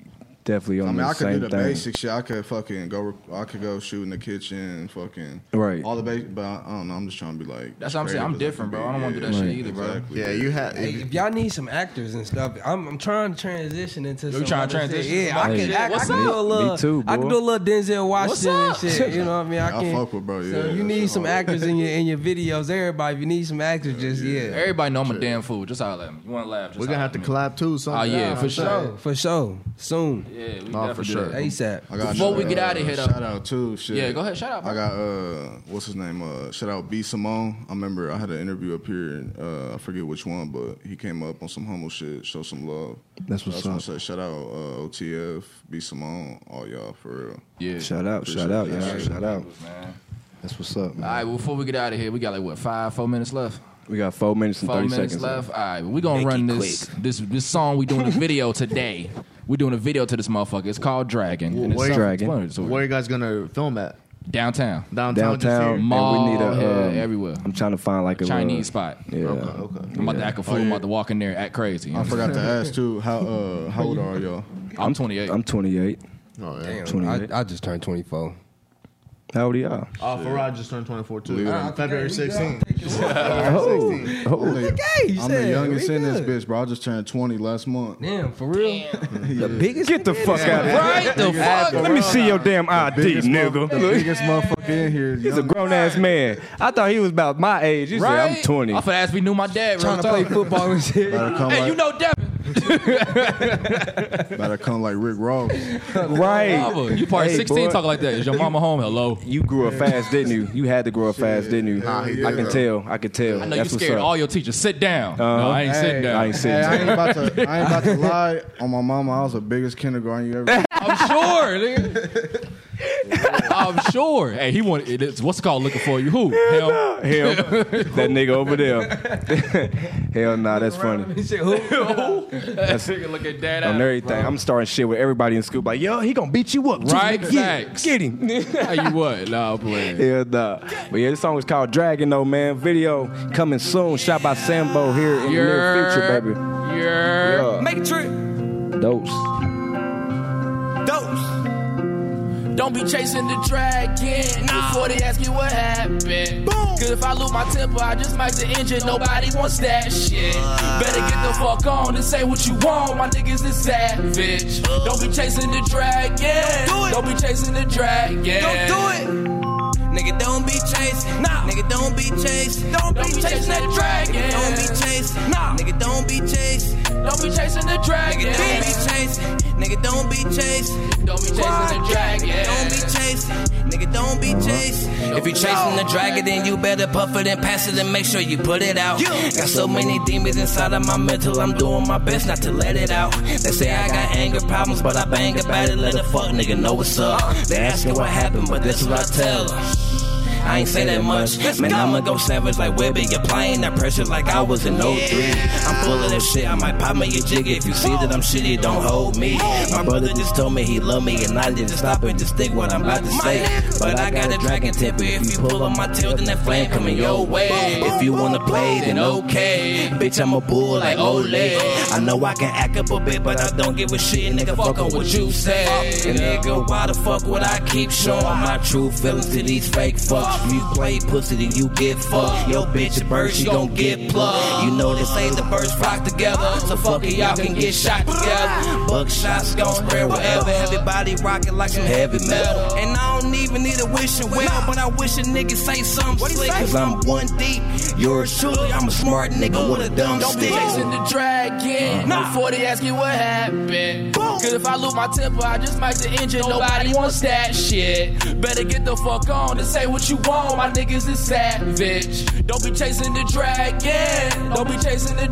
Speaker 2: definitely on
Speaker 6: I mean,
Speaker 2: the
Speaker 6: I could
Speaker 2: same
Speaker 6: do the
Speaker 2: thing.
Speaker 6: basic shit. I could fucking go. rec- I could go shoot in the kitchen, fucking
Speaker 2: Right.
Speaker 6: All the basic, but I, I don't know. I'm just trying to be like.
Speaker 1: That's what I'm saying. I'm
Speaker 6: creative as
Speaker 1: different,
Speaker 6: can
Speaker 1: bro. I don't
Speaker 6: be.
Speaker 1: want to do that
Speaker 6: Yeah,
Speaker 1: shit either, bro.
Speaker 6: exactly.
Speaker 3: Hey, if y'all need some actors and stuff, I'm, I'm trying to transition into.
Speaker 1: You
Speaker 3: some
Speaker 1: trying to
Speaker 3: other shit.
Speaker 1: transition?
Speaker 3: Yeah, I
Speaker 1: Hey,
Speaker 3: can. I, I
Speaker 1: what's
Speaker 3: can do
Speaker 1: up?
Speaker 3: a little.
Speaker 1: Me too,
Speaker 3: I can
Speaker 1: boy.
Speaker 3: do a little Denzel
Speaker 1: What's
Speaker 3: Washington and
Speaker 1: up?
Speaker 3: shit. You know what I mean?
Speaker 1: Yeah, I
Speaker 3: can.
Speaker 1: fuck with bro, yeah,
Speaker 3: So if you
Speaker 1: that
Speaker 3: need
Speaker 1: shit
Speaker 3: some
Speaker 1: hard.
Speaker 3: actors in your in your videos. Everybody, if you need some actors, just yeah.
Speaker 1: Everybody know I'm a damn fool. Just holler at me. You want to laugh? Just
Speaker 3: We're gonna
Speaker 1: holler
Speaker 3: have
Speaker 1: at
Speaker 3: to
Speaker 1: me.
Speaker 4: collab too.
Speaker 1: Oh yeah, for sure.
Speaker 3: for sure, soon.
Speaker 1: Yeah, we
Speaker 6: Nah, for
Speaker 1: definitely do that.
Speaker 6: sure. I got
Speaker 1: Before we
Speaker 6: another,
Speaker 1: get out of
Speaker 6: uh,
Speaker 1: here, though.
Speaker 6: shout out too. Shit.
Speaker 1: Yeah, go ahead, shout out,
Speaker 6: I
Speaker 1: bro.
Speaker 6: got uh, what's his name? Uh, shout out B Simone. I remember I had an interview up here, and uh, I forget which one, but he came up on some humble shit, show some love.
Speaker 2: That's
Speaker 6: I
Speaker 2: what's
Speaker 6: just wanna Say shout out uh, OTF, B Simone, all y'all for real.
Speaker 1: Yeah.
Speaker 2: Shout out,
Speaker 6: Appreciate
Speaker 2: shout out,
Speaker 6: that
Speaker 2: y'all,
Speaker 6: shit.
Speaker 2: shout out.
Speaker 1: Man.
Speaker 2: That's what's up.
Speaker 1: All
Speaker 2: Man.
Speaker 1: right, well, before we get out of here, we got like what five, four minutes left.
Speaker 2: We got four minutes and
Speaker 1: Four
Speaker 2: thirty
Speaker 1: minutes
Speaker 2: seconds
Speaker 1: left. All right, we're gonna run this this this song. We doing a video today. We're doing a video to this motherfucker. It's called Dragon. and it's
Speaker 4: Where-
Speaker 1: self-explanatory.
Speaker 4: Where you guys gonna film at?
Speaker 1: Downtown.
Speaker 4: Downtown. just
Speaker 2: Downtown,
Speaker 4: here?
Speaker 2: and we need a um, everywhere. I'm trying to find like a,
Speaker 1: Chinese
Speaker 2: uh,
Speaker 1: spot.
Speaker 2: Yeah.
Speaker 4: Oh,
Speaker 1: Okay, okay. I'm about to act a fool.
Speaker 6: Oh,
Speaker 1: I'm
Speaker 6: yeah.
Speaker 1: about to walk in there and act crazy.
Speaker 6: I forgot to ask too. How uh, how old are y'all?
Speaker 1: I'm 28.
Speaker 2: I'm 28.
Speaker 4: Oh,
Speaker 3: Damn,
Speaker 2: 28.
Speaker 3: I, I just turned 24.
Speaker 2: How old are y'all?
Speaker 4: Oh, Farad just turned 24 too.
Speaker 6: Yeah.
Speaker 4: Uh, February 16th.
Speaker 2: Oh,
Speaker 6: I'm the,
Speaker 3: Hey,
Speaker 6: I'm the youngest in this bitch, bro. I just turned 20 last month.
Speaker 3: Damn, for real.
Speaker 6: The
Speaker 3: biggest.
Speaker 2: Get the fuck out of here.
Speaker 1: Right the fuck?
Speaker 2: Let me see your damn ID,
Speaker 6: biggest
Speaker 2: nigga.
Speaker 6: motherfucker- the biggest motherfucker in here.
Speaker 2: He's a grown ass man. I thought he was about my age. You
Speaker 1: Right?
Speaker 2: said I'm 20.
Speaker 1: I for ask if he knew my dad.
Speaker 3: Trying
Speaker 1: real
Speaker 3: to play
Speaker 1: talk.
Speaker 3: football and shit.
Speaker 6: Better come,
Speaker 1: Hey,
Speaker 6: like,
Speaker 1: you know Devin.
Speaker 6: better come like Rick Ross.
Speaker 1: Mama,
Speaker 2: Right.
Speaker 1: you part
Speaker 2: Hey,
Speaker 1: 16
Speaker 2: boy.
Speaker 1: talking like that. Is your mama home? Hello.
Speaker 2: You grew up fast, didn't you? You had to grow up fast, didn't you?
Speaker 6: Nah, he
Speaker 2: I
Speaker 6: did.
Speaker 2: can tell. I can tell.
Speaker 1: I know you
Speaker 2: That's what's
Speaker 1: scared
Speaker 2: up. Uh-huh.
Speaker 1: all your teachers. Sit down. No, I ain't sitting down.
Speaker 2: I ain't sitting
Speaker 6: Hey, I
Speaker 2: down.
Speaker 6: ain't about to. I ain't about to lie on my mama. I was the biggest kindergarten you ever.
Speaker 1: I'm sure, nigga. I'm sure. Hey, he wanted. It's, what's it called? Looking for you. Who? Hell.
Speaker 2: Hell, that nigga over there. Hell nah, that's funny.
Speaker 3: He said, who?
Speaker 1: that nigga look at dad.
Speaker 2: On
Speaker 1: out,
Speaker 2: everything,
Speaker 1: bro.
Speaker 2: I'm starting shit with everybody in school. Like, yo, he gonna beat you up.
Speaker 1: Right?
Speaker 2: Get, him.
Speaker 1: Facts.
Speaker 2: get him.
Speaker 1: Tell you what? Nah, play.
Speaker 2: Hell nah. But yeah, this song is called Dragon though, man. Video coming soon. Shot by Sambo here in the near future,
Speaker 1: Yeah.
Speaker 8: Make a trip.
Speaker 2: baby. Dose.
Speaker 8: Dose.
Speaker 10: Don't be chasing the dragon before they ask you what happened. Cause if I lose my temper, I just might the engine. Nobody wants that shit. Better get the fuck on and say what you want. My niggas is savage. Don't be chasing the dragon. Don't be chasing the dragon.
Speaker 8: Don't do it. Nigga, don't be chasing. Nah. Nigga, don't be chasing. Don't,
Speaker 10: be chasing that dragon.
Speaker 8: Nigga, don't be chasing. Nah. Nigga, don't be chasing.
Speaker 10: Don't be chasing the dragon.
Speaker 8: Nigga, don't be chasing. Nigga, don't be chasing.
Speaker 10: Don't be chasing the dragon.
Speaker 8: Don't be chasing. Nigga, don't be chasing. If you chasing the dragon, then you better puff it and pass it and make sure you put it out. Got so many demons inside of my mental, I'm doing my best not to let it out. They say I got anger problems, but I bang about it. Let a fuck nigga know what's up. They asking what happened, but that's what I tell 'em. I ain't say that much. Man, I'ma go savage like Webby. Applying that pressure like I was in 03. I'm full of that shit. I might pop me a jig if you see that I'm shitty. Don't hold me. My brother just told me he loved me, and I didn't stop it. Just think what I'm about to say. But I got a dragon temper. If you pull on my tail, then that flame coming your way. If you wanna play, then okay. Bitch, I'm a bull like Ole. I know I can act up a bit, but I don't give a shit, nigga. Fuck on what you say. And nigga, why the fuck would I keep showing my true feelings to these fake fucks? You play pussy, then you get fucked. Your bitch a bird, she gon' get plucked. You know this ain't the first flock together, so fuck it, y'all can get shot together. Buckshots gon' spread wherever. Everybody rockin' like some heavy metal. And I don't even need a wishing well, but I wish a nigga say something slick. Cause I'm one deep, yours truly. I'm a smart nigga with a dumb
Speaker 10: Don't be
Speaker 8: stick.
Speaker 10: chasing the dragon before they ask you what happened. Cause if I lose my temper, I just might the engine. Nobody wants that shit. Better get the fuck on and say what you want. My niggas is savage. Don't be chasing the dragon. Don't be chasing the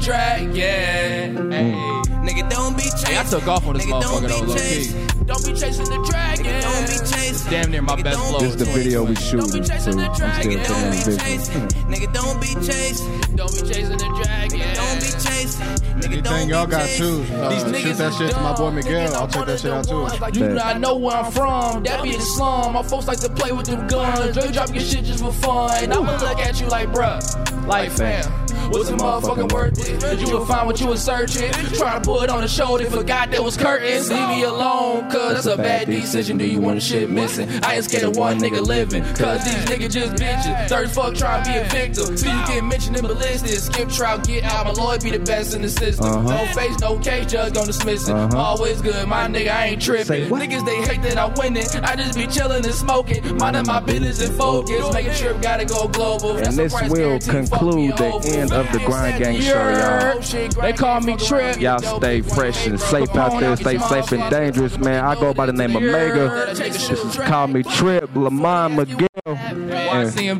Speaker 10: dragon. Hey.
Speaker 6: Mm.
Speaker 8: Nigga, don't be chasing.
Speaker 1: I took off on this motherfucker though, low key.
Speaker 10: Don't be chasing the dragon. Don't be chasing.
Speaker 1: Damn near my best flow.
Speaker 2: This is the video we shooting, so I'm still taking this video.
Speaker 8: Nigga, don't be chasing.
Speaker 10: Don't be chasing the dragon.
Speaker 8: Don't be chasing.
Speaker 6: Anything y'all got too.
Speaker 10: These
Speaker 6: Uh,
Speaker 10: niggas
Speaker 6: shoot that
Speaker 10: is
Speaker 6: shit to my boy
Speaker 10: dumb.
Speaker 6: Miguel. I'll check that shit out too.
Speaker 10: Like you do not know where I'm from. That be the slum. My folks like to play with them guns. They drop your shit just for fun. I'ma look at you like bruh, like fam. Was it motherfucking worth it? Cause you would find what you was searching. Trying to put it on the shoulder, forgot there was curtains. Leave me alone, cause that's a bad decision. Do you want the shit missing? I ain't scared of one nigga living. Cause these niggas just bitches. Third fuck trying to be a victim. See you get mentioned in ballistic. Skip trial, get out. My lawyer be the best in the system.
Speaker 2: Uh-huh.
Speaker 10: No face, no case, judge gon' dismiss it.
Speaker 2: Uh-huh.
Speaker 10: Always good, my nigga, I ain't tripping. Niggas, they hate that I win it. I just be chillin' and smoking. Minding my business and focus. Make a trip, gotta go global.
Speaker 2: And this will conclude the end of the Grind Gang show, y'all.
Speaker 10: They call me Trip.
Speaker 2: Y'all stay fresh and safe out there. Stay safe and dangerous, man. I go by the name of Mega. This is Call Me Trip, Lamont McGill, and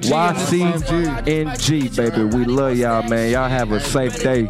Speaker 2: YCMG, baby. We love y'all, man. Y'all have a safe day.